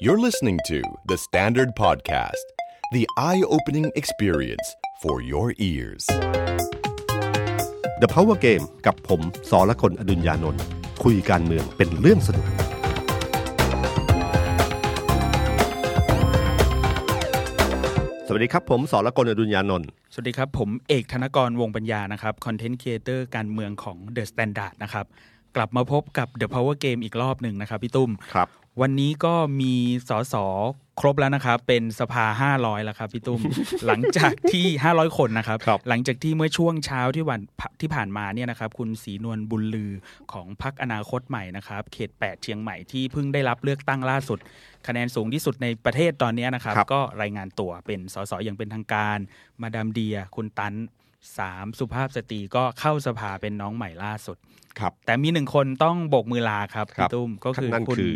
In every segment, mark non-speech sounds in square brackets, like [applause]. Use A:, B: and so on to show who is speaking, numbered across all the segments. A: You're listening to The Standard Podcast, the eye opening experience for your ears.
B: The Power Game กับผมสอละคนอดุญญานนท์คุยการเมืองเป็นเรื่องสนุก สวัสดีครับผมสอละคนอดุญญานนท์
C: สวัสดีครับ ผมเอกธนกรวงปัญญานะครับคอนเทนต์ครีเอเตอร์การเมืองของ The Standard นะครับ กลับมาพบกับ The Power Game อีกรอบหนึ่งนะครับพี่ตุ้ม
B: ครับ
C: วันนี้ก็มีสสครบแล้วนะครับ เป็นสภา 500 แล้วครับพี่ [laughs] ตุ้ม หลังจากที่ 500 คนนะครับ
B: ครับ
C: หลังจากที่เมื่อช่วงเช้าที่วันที่ผ่านมาเนี่ยนะครับ คุณศรีนวลบุญลือของพักอนาคตใหม่นะครับ เขต 8 เชียงใหม่ที่เพิ่งได้รับเลือกตั้งล่าสุด คะแนนสูงที่สุดในประเทศตอนเนี้ยนะครับ
B: ครับ
C: ก็รายงานตัวเป็นสสอย่างเป็นทางการ มาดามเดีย คุณตันสามสุภาพสตรีก็เข้าสภาเป็นน้องใหม่ล่าสุด
B: ครับ
C: แต่มีหนึ่งคนต้องโบกมือลาครับ
B: ครับ
C: พี่ตุ้มก็คือ
B: นั่น
C: คุณ
B: คือ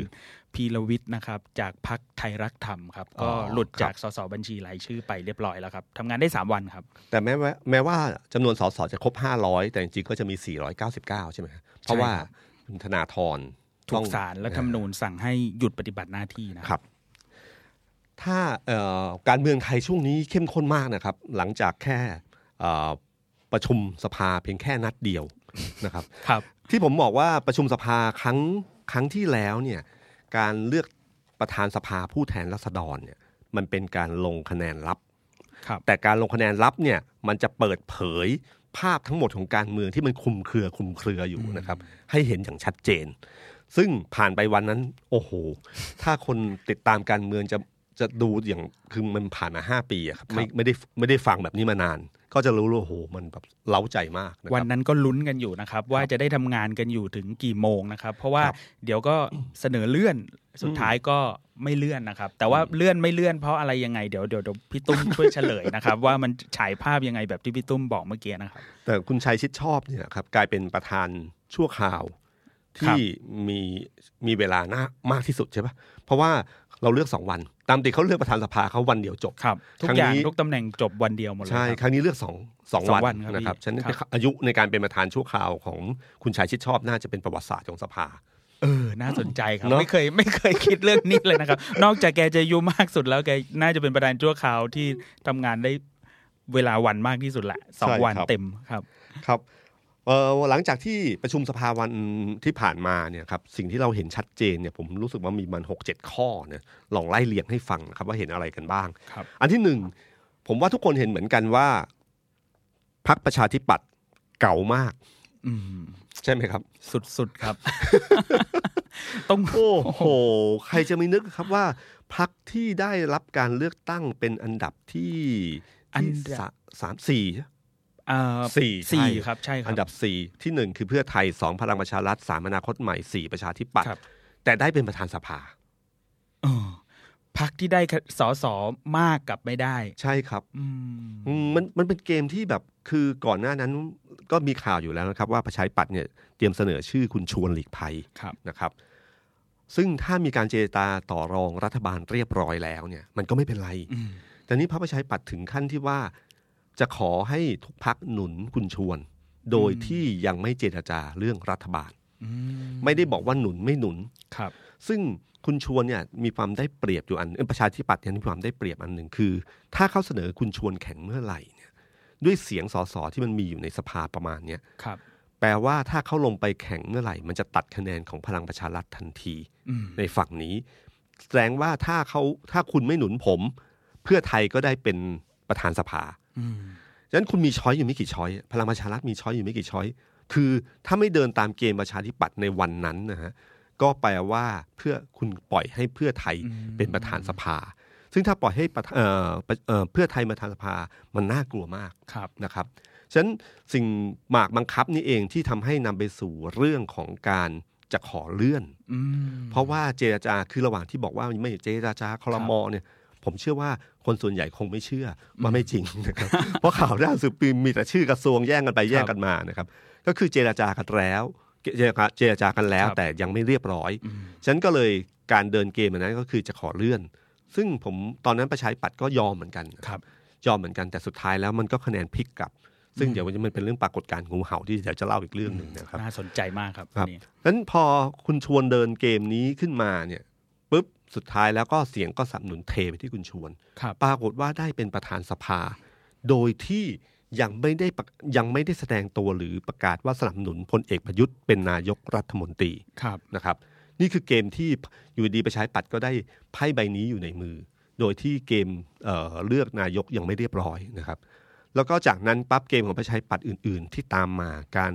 C: พีรวิทย์นะครับ จากพักไทยรักธรรมครับ
B: อ๋
C: ก็
B: อ
C: หลุด
B: ครับ
C: จากสสบัญชีรายชื่อไปเรียบร้อยแล้วครับทำงานได้ 3 วันครับ
B: แต่แม้ว่าแม้ว่าจำนวนสสจะครบ 500 แต่จริงๆก็จะมี 499 ใช่ไหมครับเพราะว่า
C: ครับ
B: คุณธนาธร
C: ถู
B: ต้อง
C: กสารและธรรมนูญสั่งให้หยุดปฏิบัติหน้าที่นะครับ
B: ถ้าเอ่อการเมืองไทยช่วงนี้เข้มข้นมากนะครับ หลังจากแค่เอ่อประชุมสภาเพียงแค่นัดเดียว [laughs] นะครับ
C: ครับ
B: ที่ผมบอกว่าประชุมสภาครั้งครั้งที่แล้วเนี่ยการเลือกประธานสภาผู้แทนราษฎรเนี่ยมันเป็นการลงคะแนนลับ
C: ครับ
B: แต่การลงคะแนนลับเนี่ยมันจะเปิดเผยภาพทั้งหมดของการเมืองที่มันคลุมเครือคลุมเครืออยู่นะครับ ให้เห็นอย่างชัดเจน ซึ่งผ่านไปวันนั้น โอ้โห ถ้าคนติดตามการเมืองจะจะดูอย่างคือมันผ่านมาห้าปีอะครับไม่ไม่ได้ไม่ได้ฟังแบบนี้มานาน ก็จะรู้เลยโอ้โหมันแบบเล้าใจมากนะค
C: วั
B: รั
C: น
B: บ
C: นั้นก็ลุ้นกันอยู่นะครับ ว่าจะได้ทำงานกันอยู่ถึงกี่โมงนะครับ เพราะว่า
B: ครับ
C: เดี๋ยวก็เสนอเลื่อนสุดท้ายก็ไม่เลื่อนนะครับ แต่ว่าเลื่อนไม่เลื่อนเพราะอะไรยังไงเดี๋ยวเดี๋ยวเดี๋ยวพี่ตุ้มช่วยเฉลยนะครับ
B: [laughs]
C: ว่ามันฉายภาพยังไงแบบที่พี่ตุ้มบอกเมื่อกี้นะครับ
B: แต่คุณชัยชิดชอบเนี่ยครับกลายเป็นประธานชั่วคราวที่มีมีเวลาน่ามากที่สุดใช่ปะเพราะว่าเราเลือกสองวัน ตามติเขาเลือกประธานสภาเขาวันเดียวจบ
C: ครับทุก
B: ครั้ง
C: อย่าง
B: นี้
C: ทุกตำแหน่งจบวันเดียวหมดเลย
B: ใช่
C: ค
B: ครับ รั้งนี้เลือกสองสอง
C: สองวั
B: วัน น
C: ครับ
B: นะครับ
C: พี่
B: ฉะนั้น
C: ครับ
B: อายุในการเป็นประธานชั่วคราวของคุณชายชิดชอบน่าจะเป็นประวัติศาสตร์ของสภา
C: เออน่าสนใจครับ
B: เนอะ
C: ไม่เคย [laughs] ไม่เคยคิดเรื่องนี้เลยนะครับ นอกจากแกจะอายุมากสุดแล้วแกน่าจะเป็นประธานชั่วคราวที่ทำงานได้เวลาวันมากที่สุดแหละสองวันเต็มครับ
B: ครับเอ่อหลังจากที่ประชุมสภาวันที่ผ่านมาเนี่ยครับสิ่งที่เราเห็นชัดเจนเนี่ยผมรู้สึกว่ามีมัน 6 7 ข้อเนี่ยลองไล่เรียงให้ฟังนะครับว่าเห็นอะไรกันบ้าง
C: ครับ
B: อันที่หนึ่งผมว่าทุกคนเห็นเหมือนกันว่าพักประชาธิปัตย์เก่ามาก
C: อืม
B: ใช่ไหมครับ
C: สุดๆ
B: [laughs]
C: ครับ ต้อง
B: โอ้โห ใครจะไม่นึกครับว่าพักที่ได้รับการเลือกตั้งเป็นอันดับที่
C: อัน
B: ที่
C: ดับ
B: สาสามสี่
C: เอ่อ
B: สี่
C: สี่
B: ใช่
C: ครับใช่ครับ
B: อันดับสี่ที่หนึ่งคือเพื่อไทยสองพลังประชารัฐสามอนาคตใหม่สี่ประชาธิปัตย์
C: ครับ
B: แต่ได้เป็นประธานสภา
C: เออพักที่ได้สอสอมากกับไม่ได้
B: ใช่ครับ
C: อืม
B: อืมมันมันเป็นเกมที่แบบคือก่อนหน้านั้นก็มีข่าวอยู่แล้วนะครับว่าประชาธิปัตย์เนี่ยเตรียมเสนอชื่อคุณชวนหลีกภัย
C: ครับ
B: นะครับซึ่งถ้ามีการเจรจาต่อรองรัฐบาลเรียบร้อยแล้วเนี่ยมันก็ไม่เป็นไร
C: อืม
B: แต่นี้พระประชาธิปัตย์ถึงขั้นที่ว่าจะขอให้ทุกพักหนุนคุณชวน โดยที่ยังไม่เจรจาเรื่องรัฐบาล
C: อืม
B: ไม่ได้บอกว่าหนุนไม่หนุน
C: ครับ
B: ซึ่งคุณชวนเนี่ยมีความได้เปรียบอยู่อันเอ้ยประชาธิปัตย์เนี่ยมีความได้เปรียบอันหนึ่งคือ ถ้าเขาเสนอคุณชวนแข็งเมื่อไหร่เนี่ยด้วยเสียงสสที่มันมีอยู่ในสภาประมาณเนี้ย
C: ครับ
B: แปลว่าถ้าเขาลงไปแข่งเมื่อไหร่ มันจะตัดคะแนนของพลังประชารัฐทันที
C: อืม
B: ในฝั่งนี้ แสดงว่าถ้าเขาถ้าคุณไม่หนุนผม เพื่อไทยก็ได้เป็นประธานสภา
C: อืม
B: ฉะนั้นคุณมีช้อยอยู่ไม่กี่ช้อยพลังประชารัฐมีช้อยอยู่ไม่กี่ช้อยคือถ้าไม่เดินตามเกมประชาธิปัตย์ในวันนั้นนะฮะก็แปลว่าเพื่อคุณปล่อยให้เพื่อไทยเป็นประธานสภา ซึ่งถ้าปล่อยให้ประธานเอ่อเอ่อเพื่อไทยประธานสภามันน่ากลัวมาก
C: ครับ
B: นะครับฉะนั้นสิ่งหมากบังคับนี่เองที่ทำให้นำไปสู่เรื่องของการจะขอเลื่อน
C: อืม
B: เพราะว่าเจรจาคือระหว่างที่บอกว่าไม่เจรจาคอรมอเนี่ย ผมเชื่อว่าคนส่วนใหญ่คงไม่เชื่อว่าไม่จริงนะครับ [laughs] เพราะข่าวล่าสุดปีมีแต่ชื่อกระทรวงแย่งกันไปแย่งกันมานะครับ ก็คือเจรจากันแล้วเจรจาเจรจากันแล้ว
C: ครับ
B: แต่ยังไม่เรียบร้อย
C: อืม
B: ฉะนันก็เลยการเดินเกมอันนั้นก็คือจะขอเลื่อน ซึ่งผมตอนนั้นประชาธิปัตย์ก็ยอมเหมือนกันนะ
C: ครับ
B: ยอมเหมือนกันแต่สุดท้ายแล้วมันก็คะแนนพลิกกลับ ซึ่งเดี๋ยวมันจะมันเป็นเรื่องปรากฏการณ์งูเห่าที่เดี๋ยวจะเล่าอีกเรื่องหนึ่งนะครับ
C: น่าสนใจมากครับ
B: ครับ
C: นี่
B: นั้นพอคุณชวนเดินเกมนี้ขึ้นมาเนี่ย ปุ๊บสุดท้ายแล้วก็เสียงก็สนับสนุนเทไปที่คุณชวน
C: ครับ
B: ปรากฏว่าได้เป็นประธานสภา โดยที่ยังไม่ได้ประยังไม่ได้แสดงตัวหรือประกาศว่าสนับสนุนพลเอกประยุทธ์เป็นนายกรัฐมนตรี
C: ครับ
B: นะครับนี่คือเกมที่อยู่ดีไปใช้ปัดก็ได้ไพ่ใบนี้อยู่ในมือ โดยที่เกมเอ่อเลือกนายกยังไม่เรียบร้อยนะครับแล้วก็จากนั้นปั๊บเกมของประชาธิปัดอื่น ๆ ที่ตามมาการ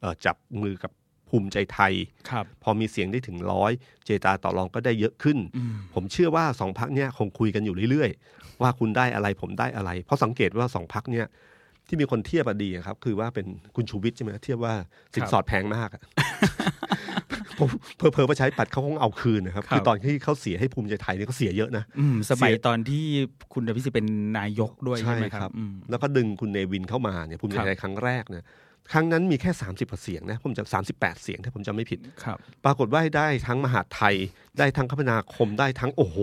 B: เอ่อจับมือกับภูมิใจไทย
C: ครับ
B: พอมีเสียงได้ถึงร้อยเจตาต่อรองก็ได้เยอะขึ้น
C: อืม
B: ผมเชื่อว่าสองพักเนี่ยคงคุยกันอยู่เรื่อยๆ ว่าคุณได้อะไรผมได้อะไร เพราะสังเกตว่าสองพักเนี่ยที่มีคนเทียบอะดีอะครับ คือว่าเป็นคุณชูวิทย์ใช่ไหมเทียบว่าสินสอดแพงมากอะ ผมเพอเพอประชาธิปัดเขาคงเอาคืนนะครับ
C: ครับ
B: คือตอนที่เขาเสียให้ภูมิใจไทยเนี่ยเขาเสียเยอะนะ
C: อืมสมัย
B: เสีย
C: ตอนที่คุณอภิสิทธิ์เป็นนายกด้วยใช่ไหมครับอืม
B: แล้วก็ดึงคุณเนวินเข้ามาเนี่ยภูมิใจไทยครั้งแรกเนี่ยครั้งนั้นมีแค่ 30กว่าเสียงนะผมจำสามสิบแปดเสียงถ้าผมจำไม่ผิด
C: ครับ
B: ปรากฏว่าได้ทั้งมหาดไทย ได้ทั้งคมนาคมได้ทั้งโอ้โห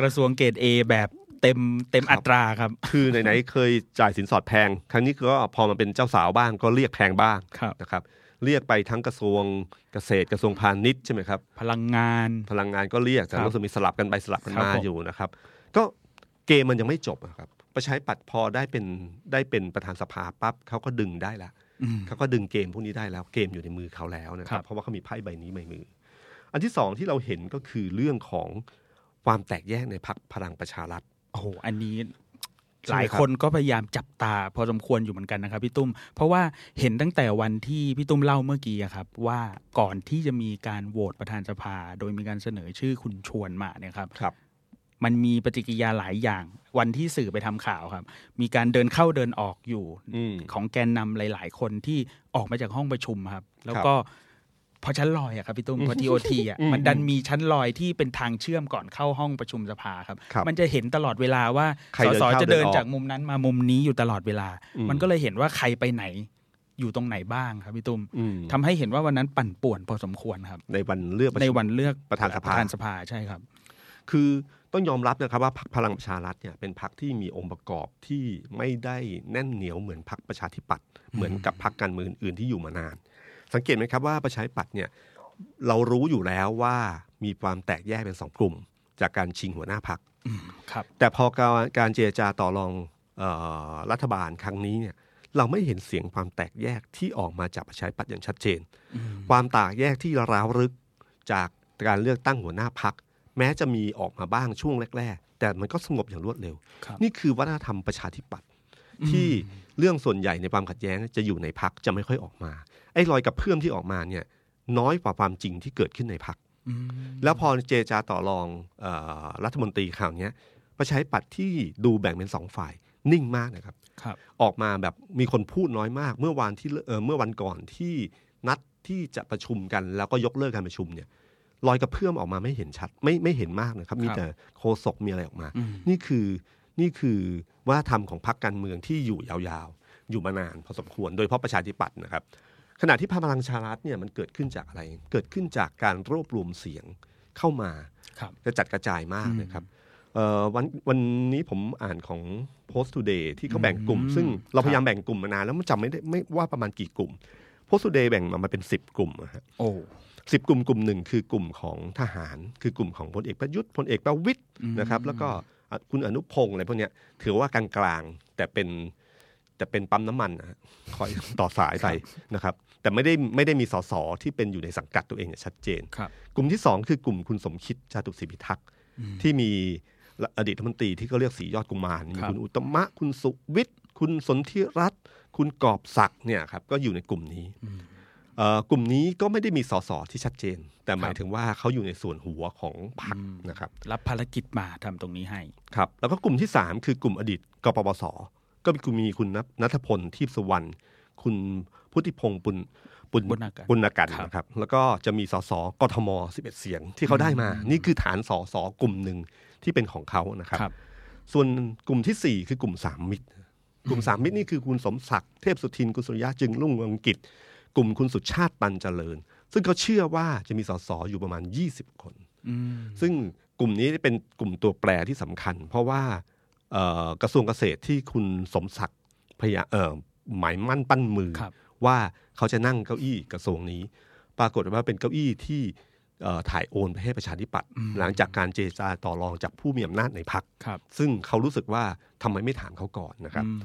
C: กระทรวงเกรดเอแบบเต็มเต็ม
B: ครั
C: อั
B: บ
C: ตราครับ
B: คือไหนๆเคยจ่ายสินสอดแพง ครั้งนี้ก็พอมาเป็นเจ้าสาวบ้างก็เรียกแพงบ้าง
C: ครับ
B: นะครับ เรียกไปทั้งกระทรวงเกษตรกระทรวงพาณิชย์ใช่ไหมครับ
C: พลังงาน
B: พลังงานก็เรียกแต่
C: ครับ
B: รู้สึกมีสลับกันไปสลับกัน
C: ครับ
B: มา
C: ผม
B: อยู่นะครับ ก็เกมมันยังไม่จบอะครับประชาธิปัดพอได้เป็นได้เป็นประธานสภาปั๊บเขาก็ดึงได้ละ
C: อืม
B: เขาก็ดึงเกมพวกนี้ได้แล้วเกมอยู่ในมือเขาแล้วนะค
C: ครั
B: รับ
C: บ
B: เพราะว่าเขามีไพ่ใบนี้ในมือ อันที่สองที่เราเห็นก็คือเรื่องของความแตกแยกในพักพลังประชารัฐ
C: โอ้โหอันนี้
B: ใช่ไหมครับ
C: หลายคนก็พยายามจับตาพอสมควรอยู่เหมือนกันนะครับพี่ตุ้ม เพราะว่าเห็นตั้งแต่วันที่พี่ตุ้มเล่าเมื่อกี้อะครับ ว่าก่อนที่จะมีการโหวตประธานสภา โดยมีการเสนอชื่อคุณชวนมาเนี่ยครับ
B: ครับ
C: มันมีปฏิกิริยาหลายอย่าง วันที่สื่อไปทำข่าวครับ มีการเดินเข้าเดินออกอยู่
B: อืม
C: ของแกนนำหลาย ๆ คนที่ออกมาจากห้องประชุมครับ แล้วก็พอชั้นลอยอะครับพี่ตุ้มพอทีโอทีอะ
B: อืม
C: มันดันมีชั้นลอยที่เป็นทางเชื่อมก่อนเข้าห้องประชุมสภาครับ
B: ครับ
C: มันจะเห็นตลอดเวลาว่า
B: ใคร
C: ส
B: เดิน
C: ส
B: เข้า
C: จะ
B: เดิ
C: เดิ
B: น
C: น
B: ออก
C: จากมุมนั้นมามุมนี้อยู่ตลอดเวลา
B: อืม
C: มันก็เลยเห็นว่าใครไปไหน อยู่ตรงไหนบ้างครับพี่ตุ้ม
B: อืม
C: ทำให้เห็นว่าวันนั้นปั่นป่วนพอสมควรครับ
B: ในวันเลือกประ
C: ใน
B: ชุม
C: วันเลือก
B: ประธานสภา
C: ประธานสภาใช่ครับ
B: คือต้องยอมรับนะครับว่าพรรคพลังประชารัฐเนี่ยเป็นพรรคที่มีองค์ประกอบที่ไม่ได้แน่นเหนียวเหมือนพรรคประชาธิปัตย์เหมือนกับพรรคการเมืองอื่นๆที่อยู่มานาน สังเกตไหมครับว่าประชาธิปัตย์เนี่ยเรารู้อยู่แล้วว่ามีความแตกแยกเป็นสองกลุ่ม จากการชิงหัวหน้าพรรค
C: อืมครับ
B: แต่พอการการเจรจาต่อรองเออรัฐบาลครั้งนี้เนี่ยเราไม่เห็นเสียงความแตกแยกที่ออกมาจากประชาธิปัตย์อย่างชัดเจน
C: อืม
B: ความต่างแยกที่ร้าวรึกจากการเลือกตั้งหัวหน้าพัก แม้จะมีออกมาบ้างช่วงแรก ๆ แต่มันก็สงบอย่างรวดเร็ว
C: ครับ
B: นี่คือวัฒนธรรมประชาธิปัตย์ที่เรื่องส่วนใหญ่ในความขัดแย้งจะอยู่ในพักจะไม่ค่อยออกมา ไอ้รอยกับเพื่อมที่ออกมาเนี่ยน้อยกว่าความจริงที่เกิดขึ้นในพัก
C: อืม
B: แล้วพอเจรจาต่อรองเออรัฐมนตรีข่าวนี้ยประชาธิปัตย์ที่ดูแบ่งเป็นสองฝ่ายนิ่งมากนะครับ
C: ครับ
B: ออกมาแบบมีคนพูดน้อยมาก เมื่อวานที่เอ่อเมื่อวันก่อนที่นัดที่จะประชุมกัน แล้วก็ยกเลิกการประชุมเนี่ยรอยกระเพื่อมออกมาไม่เห็นชัดไม่ไม่เห็นมากนะครับ มี
C: ครับ
B: แต่โคศกมีอะไรออกมา
C: อืม
B: นี่คือนี่คือวัฒนธรรมของพรรคการเมืองที่อยู่ยาวๆ อยู่มานานพอสมควรโดยเฉพาะประชาธิปัตย์นะครับ ขณะที่พรรคพลังประชารัฐเนี่ยมันเกิดขึ้นจากอะไร เกิดขึ้นจากการรวบรวมเสียงเข้ามา
C: ครับ
B: กระจัดกระจายมากนะครับเอ่อวันวันนี้ผมอ่านของ Post Today ที่เขาแบ่งกลุ่ม
C: อืม
B: ซึ่งเรา
C: ค
B: พ
C: รับ
B: ยายามแบ่งกลุ่มมานานแล้วมันจำไม่ได้ไม่ว่าประมาณกี่กลุ่ม Post Today แบ่งมามาเป็น 10 กลุ่มนะฮะ
C: โอ้
B: สิบกลุ่มกลุ่มหนึ่งคือกลุ่มของทหาร คือกลุ่มของพลเอกประยุทธ์พลเอกประวิตยนะครับ แล้วก็อ่ะคุณอนุพงศ์อะไรพวกเนี้ยถือว่ากลางๆแต่เป็นแต่เป็นปั๊มน้ำมันนะฮะคอยต่อสายไปนะครับ แต่ไม่ได้ไม่ได้มีสสที่เป็นอยู่ในสังกัดตัวเองเนี่ยชัดเจน
C: ครับ
B: กลุ่มที่ 2 คือกลุ่มคุณสมคิดจาตุศรีพิทักษ์ที่มีอดีตรัฐมนตรีที่ก็เรียกสียอดกุมารมี
C: ครับ
B: คุณอุตตมะ คุณสุวิทย์ คุณสนธิรัตน์คุณกอบศักดิ์เนี่ยครับก็อยู่ในกลุ่มนี้เอ่อกลุ่มนี้ก็ไม่ได้มีสสที่ชัดเจน แต่หมายถึงว่าเขาอยู่ในส่วนหัวของพรรคนะครับ
C: รับภารกิจมาทำตรงนี้ให้
B: ครับแล้วก็กลุ่มที่ 3 คือกลุ่มอดีตกปปส ก็มีคุณมีคุณณัฐพลทีพสุวรรณคุณพุทธิพงศ์ปุณปุณ
C: บุญนาการ
B: ปุณกัน
C: ครับ
B: นะครับ แล้วก็จะมีสสกทม 11 เสียงที่เขาได้มา นี่คือฐานสสกลุ่มหนึ่งที่เป็นของเขานะครับ
C: ครับ
B: ส่วนกลุ่มที่ 4 คือกลุ่มสามมิตร กลุ่มสามมิตรนี่คือคุณสมศักดิ์เทพสุทิน คุณสุริยะจึงรุ่งเรืองกิจ กลุ่มคุณสุชาติตันเจริญ ซึ่งเขาเชื่อว่าจะมีสสอยู่ประมาณ 20 คน
C: อืม
B: ซึ่งกลุ่มนี้เป็นกลุ่มตัวแปรที่สำคัญ เพราะว่าเอ่อกระทรวงเกษตรที่คุณสมศักดิ์พยาเอ่อหมายมั่นปั้นมือ
C: ครับ
B: ว่าเขาจะนั่งเก้าอี้กระทรวงนี้ ปรากฏว่าเป็นเก้าอี้ที่ เอ่อถ่ายโอนไปให้ประชาธิปัตย์หลังจากการเจรจาต่อรองจากผู้มีอำนาจในพัก
C: ครับ
B: ซึ่งเขารู้สึกว่าทำไมไม่ถามเขาก่อนนะครับ
C: อืม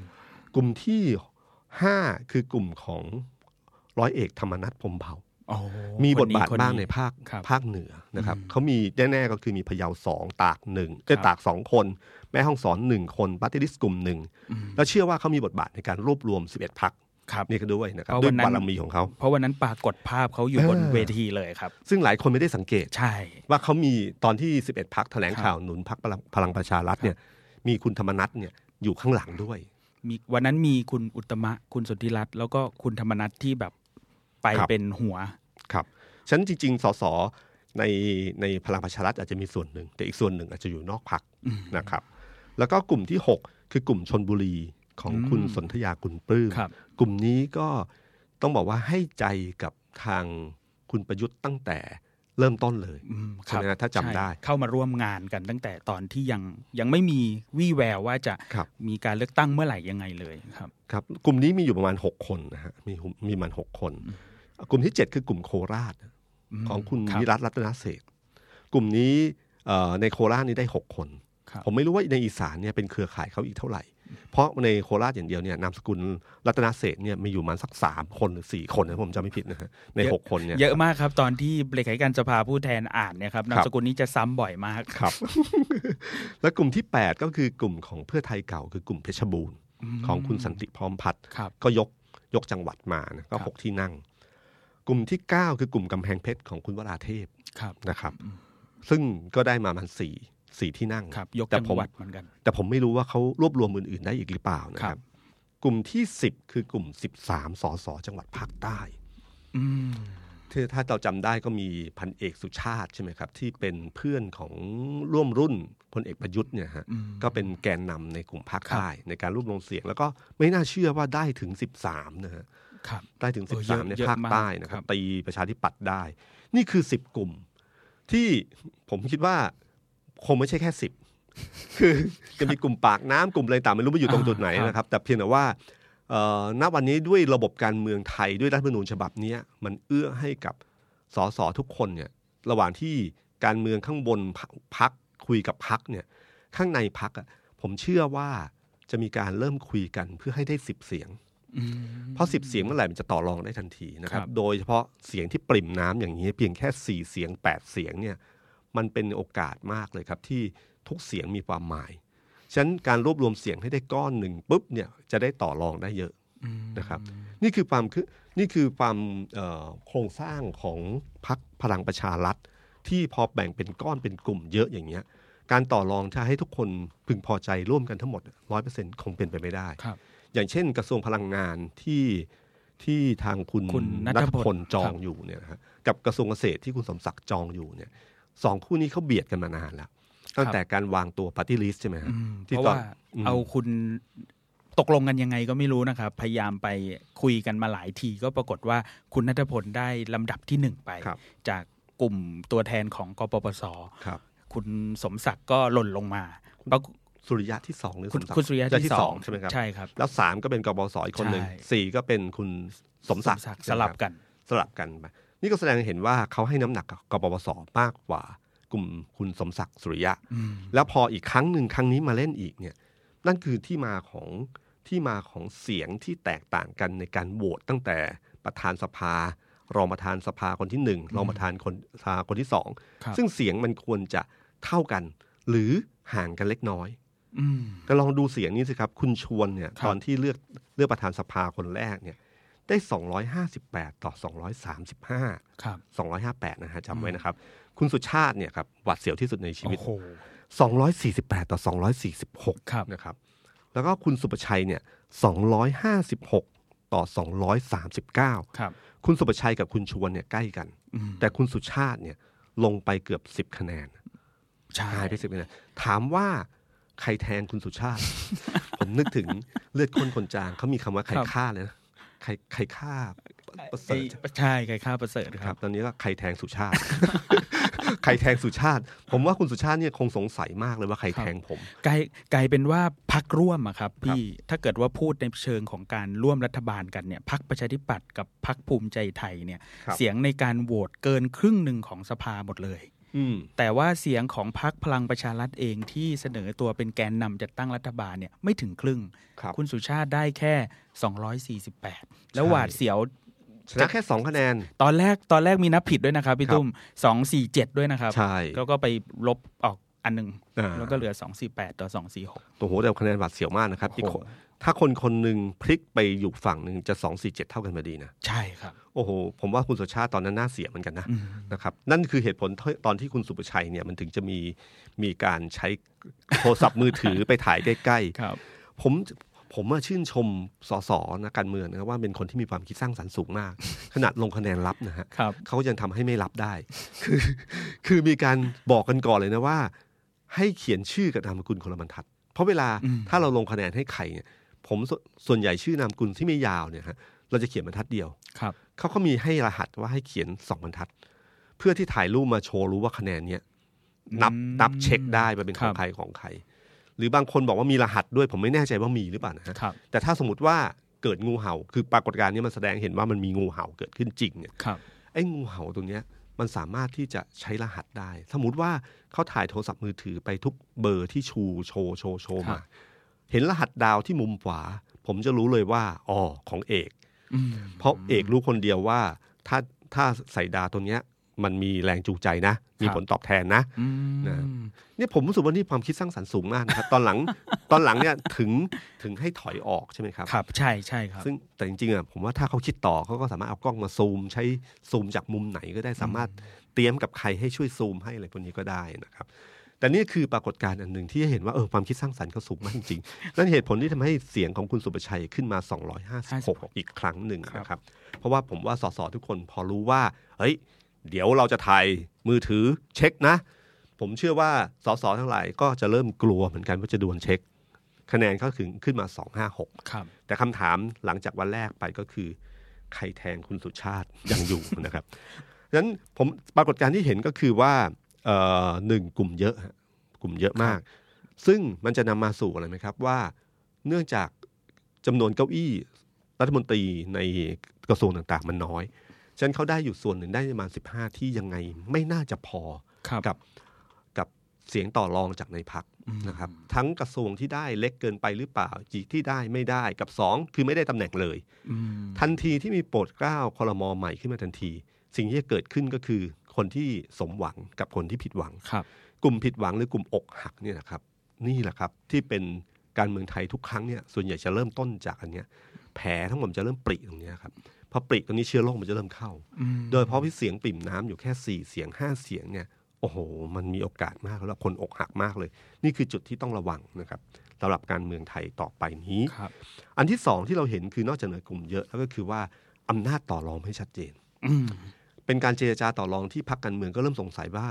B: กลุ่มที่ 5 คือกลุ่มของร้อยเอกธรรมนัฐพรหมเผ่า
C: โอ้
B: มีบทบาท
C: ค
B: บ้างในภาค
C: ครับ
B: ภาคเหนือนะครับ
C: อืม
B: เขามีแน่ๆก็คือมีพะเยาสองตากหนึ่งเอ้ย
C: ครับ
B: ตากสองคน แม่ห้องสอนหนึ่งคนปฏิริสกลุ่มหนึ่ง
C: อืม
B: แล้วเชื่อว่าเขามีบทบาทในการรวบรวม 11พัก
C: ครับ
B: นี่ก็ด้วยนะครับ
C: เพราะ
B: ด้
C: วั
B: วย
C: นนั้น
B: บารมีของเขา
C: เพราะวันนั้นปรากฏภาพเขาอยู่บน
B: เออ
C: เวทีเลยครับ
B: ซึ่งหลายคนไม่ได้สังเกต
C: ใช่
B: ว่าเขามีตอนที่ 11 พักแถลง
C: ครับ
B: ข่าวหนุนพักพลังพลังประชารัฐ
C: ครับ
B: เนี่ยมีคุณธรรมนัฐเนี่ยอยู่ข้างหลังด้วย
C: มีวันนั้นมีคุณอุตตมะ คุณสุทธิรัตน์แล้วก็คุณธรรมนัทที่แบบไป
B: ครับ
C: เป็นหัว
B: ครับฉะนันจริง ๆ สสในในพลังประชารัฐอาจจะมีส่วนหนึ่ง แต่อีกส่วนหนึ่งอาจจะอยู่นอกพักนะครับ แล้วก็กลุ่มที่ 6 คือกลุ่มชนบุรีของ
C: อืม
B: คุณสนธยาคุณปลื้ม
C: ครับ
B: กลุ่มนี้ก็ต้องบอกว่าให้ใจกับทางคุณประยุทธ์ตั้งแต่เริ่มต้นเลย
C: อืม
B: ใช่ไหม
C: ครับ
B: ถ้าจำได้
C: ใช่เข้ามาร่วมงานกันตั้งแต่ตอนที่ยังยังไม่มีวี่แววว่าจะ
B: ครับ
C: มีการเลือกตั้งเมื่อไหร่ยังไงเลยครับ
B: ครับกลุ่มนี้มีอยู่ประมาณ 6 คนนะฮะมีมีประมาณ6คน กลุ่มที่ 7 คือกลุ่มโคราช
C: ม
B: ของคุณ
C: รับ
B: วิรัตรัตนเศรษฐ์กลุ่มนี้เอ่อในโคราชนี่ได้ 6 คน
C: ครับ
B: ผมไม่รู้ว่าในอีสานเนี่ยเป็นเครือข่ายเขาอีกเท่าไหร่ เพราะในโคราชอย่างเดียวเนี่ยนามสกุลรัตนเศรษฐ์เนี่ยมีอยู่ประมาณสัก 3 คนหรือ 4 คนนะผมจำไม่ผิดนะฮะใน 6 คนเนี่ย
C: เยอะมากครับ ตอนที่เลขาธิการสภาผู้แทนอ่านเนี่ยครับนามสกุลนี้จะซ้ำบ่อยมาก
B: ครับ และกลุ่มที่ 8 ก็คือกลุ่มของเพื่อไทยเก่า คือกลุ่มเพชรบูรณ์
C: อืม
B: ของคุณสันติพร้อมพัฒน์
C: ครับ
B: ก็ยกยกจังหวัดมานะก็
C: ครับ
B: หกที่นั่ง กลุ่มที่ 9 คือกลุ่มกำแพงเพชรของคุณวราเทพ
C: ครับ
B: นะครับซึ่งก็ได้มาประมันสี่สี่ที่นั่ง
C: ครับ ยก
B: แต่
C: จัง
B: ผม
C: หวัดเหมือนกัน
B: แต่ผมไม่รู้ว่าเขารวบรวมอื่นๆได้อีกหรือเปล่านะค
C: ครั
B: รับ
C: บ
B: กลุ่มที่ 10 คือกลุ่ม 13สสจังหวัดภาคใต้
C: อืม
B: ที่ถ้าเราจำได้ก็มีพันเอกสุชาติใช่ไหมครับ ที่เป็นเพื่อนของร่วมรุ่นพลเอกประยุทธ์เนี่ยฮะ
C: อืม
B: ก็เป็นแกนนำในกลุ่มภาค
C: ครับ
B: ใต้ในการรวบรวมเสียง แล้วก็ไม่น่าเชื่อว่าได้ถึง 13นะฮะ
C: ครับ
B: ได้ถึง
C: เออเยอะ
B: 13ใน
C: เยอะ
B: ภาค
C: มาก
B: ใต้นะครั
C: ครับ บ
B: ตีประชาธิปัตย์ได้ นี่คือ 10 กลุ่ม ที่ผมคิดว่าคงไม่ใช่แค่สิบ [laughs] คือจะมีกลุ่มปากน้ำกลุ่มอะไรต่างไม่รู้ว่าอยู่ตรงจุดไหนนะครับ แต่เพียงแต่ว่าเอ่อณวันนี้ด้วยระบบการเมืองไทยด้วยรัฐธรรมนูญฉบับเนี้ยมันเอื้อให้กับสสทุกคนเนี่ยระหว่างที่การเมืองข้างบนพรรคพักคุยกับพักเนี่ยข้างในพักผมเชื่อว่าจะมีการเริ่มคุยกันเพื่อให้ได้สิบเสียง
C: อืม
B: เพราะสิบเสียงเมื่อไหร่มันจะต่อรองได้ทันทีนะครับ
C: ครับ
B: โดยเฉพาะเสียงที่ปริ่มน้ำอย่างนี้ เพียงแค่สี่เสียงแปดเสียงเนี่ยมันเป็นโอกาสมากเลยครับ ที่ทุกเสียงมีความหมาย ฉะนั้นการรวบรวมเสียงให้ได้ก้อนหนึ่งปุ๊บเนี่ยจะได้ต่อรองได้เยอะ
C: อืม
B: นะครับ นี่คือความคือนี่คือความเอ่อโครงสร้างของพักพลังประชารัฐ ที่พอแบ่งเป็นก้อนเป็นกลุ่มเยอะอย่างเงี้ยการต่อรองถ้าให้ทุกคนพึงพอใจร่วมกันทั้งหมดร้อยเปอร์เซ็นต์คงเป็นไปไม่ได้
C: ครับ
B: อย่างเช่นกระทรวงพลังงานที่ที่ทางคุณ
C: คุณ
B: ณั
C: ณัฐพล
B: ฐพลจอ
C: ครั
B: ง
C: บ
B: อยู่เนี่ยนะฮะกับกระทรวงเกษตรที่คุณสมศักดิ์จองอยู่เนี่ยสองคู่นี้เขาเบียดกันมานานแล้ว ตั้งแต่การวางตัวปฏิริษีใช่ไหมฮะ
C: อืม
B: ที่
C: เพราะ
B: ตอน
C: ว่าเอาคุณตกลงกันยังไงก็ไม่รู้นะครับ พยายามไปคุยกันมาหลายทีก็ปรากฏว่าคุณนัทพลได้ลำดับที่หนึ่งไป
B: ครับ
C: จากกลุ่มตัวแทนของกปปส
B: ครับ
C: คุณสมศักดิ์ก็หล่นลงมาปรากฏ
B: สุริยะที่สองหรือ
C: คุณ
B: สมศักดิ์
C: คุณสุริยะที่
B: ที่
C: ส
B: ส
C: อ
B: อง งใช่ไหมครับ
C: ใช่ครับ
B: แล้วสามก็เป็นกบสอีกคนหนึ่ง
C: ใช่
B: สี่ก็เป็นคุณสมศักดิ์
C: สลับกัน
B: สลับกันไปนี่ก็แสดงให้เห็นว่าเขาให้น้ำหนักกับกบสมากกว่ากลุ่มคุณสมศักดิ์สุริยะ
C: อืม
B: แล้วพออีกครั้งหนึ่งครั้งนี้มาเล่นอีกเนี่ยนั่นคือที่มาของที่มาของเสียงที่แตกต่างกันในการโหวตตั้งแต่ประธานสภา รองประธานสภาคนที่หนึ่งรองประธานคนสภาคนที่สอง
C: ครับ
B: ซึ่งเสียงมันควรจะเท่ากัน หรือห่างกันเล็กน้อย
C: อืม
B: ก็ลองดูเสียงนี้สิครับ คุณชวนเนี่ย
C: ครับ
B: ตอนที่เลือกเลือกประธานสภาคนแรกเนี่ยได้ 258 ต่อ 235
C: ครับ
B: 258นะฮะจำไว้นะครับ คุณสุชาติเนี่ยครับหวัดเสียวที่สุดในชีวิต
C: โอ้โห
B: 248 ต่อ 246
C: ครับ
B: นะครับ แล้วก็คุณสุประชัยเนี่ย 256 ต่อ 239
C: ครับ
B: คุณสุประชัยกับคุณชวนเนี่ยใกล้กัน
C: อืม
B: แต่คุณสุชาติเนี่ยลงไปเกือบ 10 คะแนน
C: ใช่
B: หายไป10คะแนนถามว่าใครแทนคุณสุ
C: [laughs]
B: ชาติ ผมนึกถึงเลือดข้นคนจางเขามีคำว่าใครฆ่าเลยนะใครใครฆ่า ประเสริฐ
C: ใช่ไก่ข้าวประเสริฐ
B: นะ
C: ค
B: ค
C: รั
B: รับ บ ตอนนี้ก็ใครแทงสุชาติ ใครแทงสุชาติ ผมว่าคุณสุชาติเนี่ยคงสงสัยมากเลยว่าใคร
C: ครับ
B: แทงผม
C: กลายกลายเป็นว่าพักร่วมอะครับพี่ถ้าเกิดว่าพูดในเชิงของการร่วมรัฐบาลกันเนี่ยพักประชาธิปัตย์กับพักภูมิใจไทยเนี่ย
B: ครับ
C: เสียงในการโหวตเกินครึ่งหนึ่งของสภาหมดเลย
B: อืม
C: แต่ว่าเสียงของพักพลังประชารัฐเองที่เสนอตัวเป็นแกนนำจัดตั้งรัฐบาลเนี่ยไม่ถึงครึ่ง
B: ครับ
C: ณสุชาติได้แค่ 248 แล้วหวาดเสียว
B: ชนะแค่สองคะแนน
C: ตอนแรกตอนแรกมีนับผิดด้วยนะครับพี่
B: ครับ
C: ตุ้ม 247 ด้วยนะครับ
B: ใช่
C: แล้วก็ไปลบออกอันหนึ่ง
B: อ่า
C: แล้วก็เหลือ 248 ต่อ 246
B: ตัวโหแต่คะแนนบาดเสียวมากนะครับอีก
C: โอ้โห
B: คนถ้าคนคนหนึ่งพลิกไปอยู่ฝั่งหนึ่งจะสองสี่เจ็ดเท่ากันพอดีนะ
C: ใช่ครับ
B: โอ้โห ผมว่าคุณสุชาติตอนนั้นน่าเสียเหมือนกันนะ
C: อืม
B: นะครับนั่นคือเหตุผลที่ตอนที่คุณสุประชัยเนี่ยมันถึงจะมีมีการใช้โทรศัพท์มือถือ ไปถ่ายใกล้
C: ครับ
B: ๆผมผมว่าชื่นชมสสนะการเมืองนะครับว่าเป็นคนที่มีความคิดสร้างสรรค์สูงมาก ขนาดลงคะแนนลับนะฮะ
C: ครับ
B: เขายังทำให้ไม่รับได้ คือคือมีการบอกกันก่อนเลยนะว่า ให้เขียนชื่อกับนามสกุลคนละบรรทัด เพราะเวลา
C: อืม
B: ถ้าเราลงคะแนนให้ใครเนี่ยผมสส่วนใหญ่ชื่อนามสกุลที่ไม่ยาวเนี่ยฮะเราจะเขียนบรรทัดเดียว
C: ครับ
B: เขาก็มีให้รหัสว่าให้เขียนสองบรรทัด เพื่อที่ถ่ายรูปมาโชว์รู้ว่าคะแนนเนี้ยนับ
C: อืม
B: นับเช็คได้ว่าเป็นข
C: ครั
B: อง
C: บ
B: ใครของใคร หรือบางคนบอกว่ามีรหัสด้วยผมไม่แน่ใจว่ามีหรือเปล่านะฮะ
C: ครับ
B: แต่ถ้าสมมติว่าเกิดงูเห่า คือปรากฏการณ์เนี้ยมันแสดงเห็นว่ามันมีงูเห่าเกิดขึ้นจริงเนี่ย
C: ครับ
B: ไอ้งูเห่าตัวเนี้ยมันสามารถที่จะใช้รหัสได้ สมมติว่าเขาถ่ายโทรศัพท์มือถือไปทุกเบอร์ที่ชูโชว์โชว์โชว์มา เห็นรหัสดาวที่มุมขวา ผมจะรู้เลยว่าอ๋อของเอก
C: อืม
B: เพราะเอกรู้คนเดียวว่าถ้าถ้าใส่ดาตัวเนี้ยมันมีแรงจูงใจนะ มีผลตอบแทนนะ
C: อืม
B: นะ เนี่ยผมรู้สึกว่านี่ความคิดสร้างสรรค์สูงมากนะครับ ตอนหลังตอนหลังเนี่ยถึงถึงให้ถอยออกใช่ไหมครับ
C: ครับใช่ใช่ครับ
B: ซึ่งแต่จริงๆอ่ะผมว่าถ้าเขาคิดต่อเขาก็สามารถเอากล้องมาซูม ใช้ซูมจากมุมไหนก็ได้สามารถเตรียมกับใครให้ช่วยซูมให้อะไรพวกนี้ก็ได้นะครับ แต่นี่คือปรากฏการณ์อันหนึ่งที่เห็นว่าเออความคิดสร้างสรรค์เขาสูงมากจริง [laughs] ๆนั่นเหตุผลที่ทำให้เสียงของคุณสุประชัยขึ้นมา 256 อีกครั้งหนึ่งนะครับ เพราะว่าผมว่าสสทุกคนพอรู้ว่าเฮ้ยเดี๋ยวเราจะถ่ายมือถือเช็คนะ ผมเชื่อว่าสสทั้งหลายก็จะเริ่มกลัวเหมือนกันว่าจะดวลเช็ค คะแนนก็ถึงขึ้นมา256
C: ครับ
B: แต่คำถามหลังจากวันแรกไปก็คือ ใครแทงคุณสุชาติ [laughs] ยังอยู่นะครับฉะนั้นผมปรากฏการณ์ที่เห็นก็คือว่าเอ่อหนึ่งกลุ่มเยอะฮะกลุ่มเยอะมาก ซึ่งมันจะนำมาสู่อะไรไหมครับว่า เนื่องจากจำนวนเก้าอี้รัฐมนตรีในกระทรวงต่างๆ มันน้อยฉะนั้นเขาได้อยู่ส่วนหนึ่งได้ประมาณ15 ที่ยังไงไม่น่าจะพอ
C: ครับ
B: กับกับเสียงต่อรองจากในพัก
C: อืม
B: นะครับ ทั้งกระทรวงที่ได้เล็กเกินไปหรือเปล่าจีที่ได้ไม่ได้กับสองคือไม่ได้ตำแหน่งเลย
C: อืม
B: ทันทีที่มีโปรดเกล้าคอรมอใหม่ขึ้นมาทันที สิ่งที่จะเกิดขึ้นก็คือคนที่สมหวังกับคนที่ผิดหวัง
C: ครับ
B: กลุ่มผิดหวังหรือกลุ่มอกหักเนี่ยนะครับ นี่แหละครับที่เป็นการเมืองไทยทุกครั้งเนี่ยส่วนใหญ่จะเริ่มต้นจากอันเนี้ยแผลทั้งหมดจะเริ่มปริตรงเนี้ยครับพอปริตรงนี้เชื้อโรคมันจะเริ่มเข้า
C: อืม
B: โดยเพราะพี่เสียงปริ่มน้ำอยู่แค่สี่เสียงห้าเสียงเนี่ยโอ้โห มันมีโอกาสมากแล้วคนอกหักมากเลย นี่คือจุดที่ต้องระวังนะครับสำหรับการเมืองไทยต่อไปนี้
C: ครับ
B: อันที่สองที่เราเห็นคือนอกจากเหนือกลุ่มเยอะแล้วก็คือว่าอำนาจต่อรองไม่ชัดเจน
C: อืม
B: เป็นการเจรจาต่อรองที่พักการเมืองก็เริ่มสงสัยว่า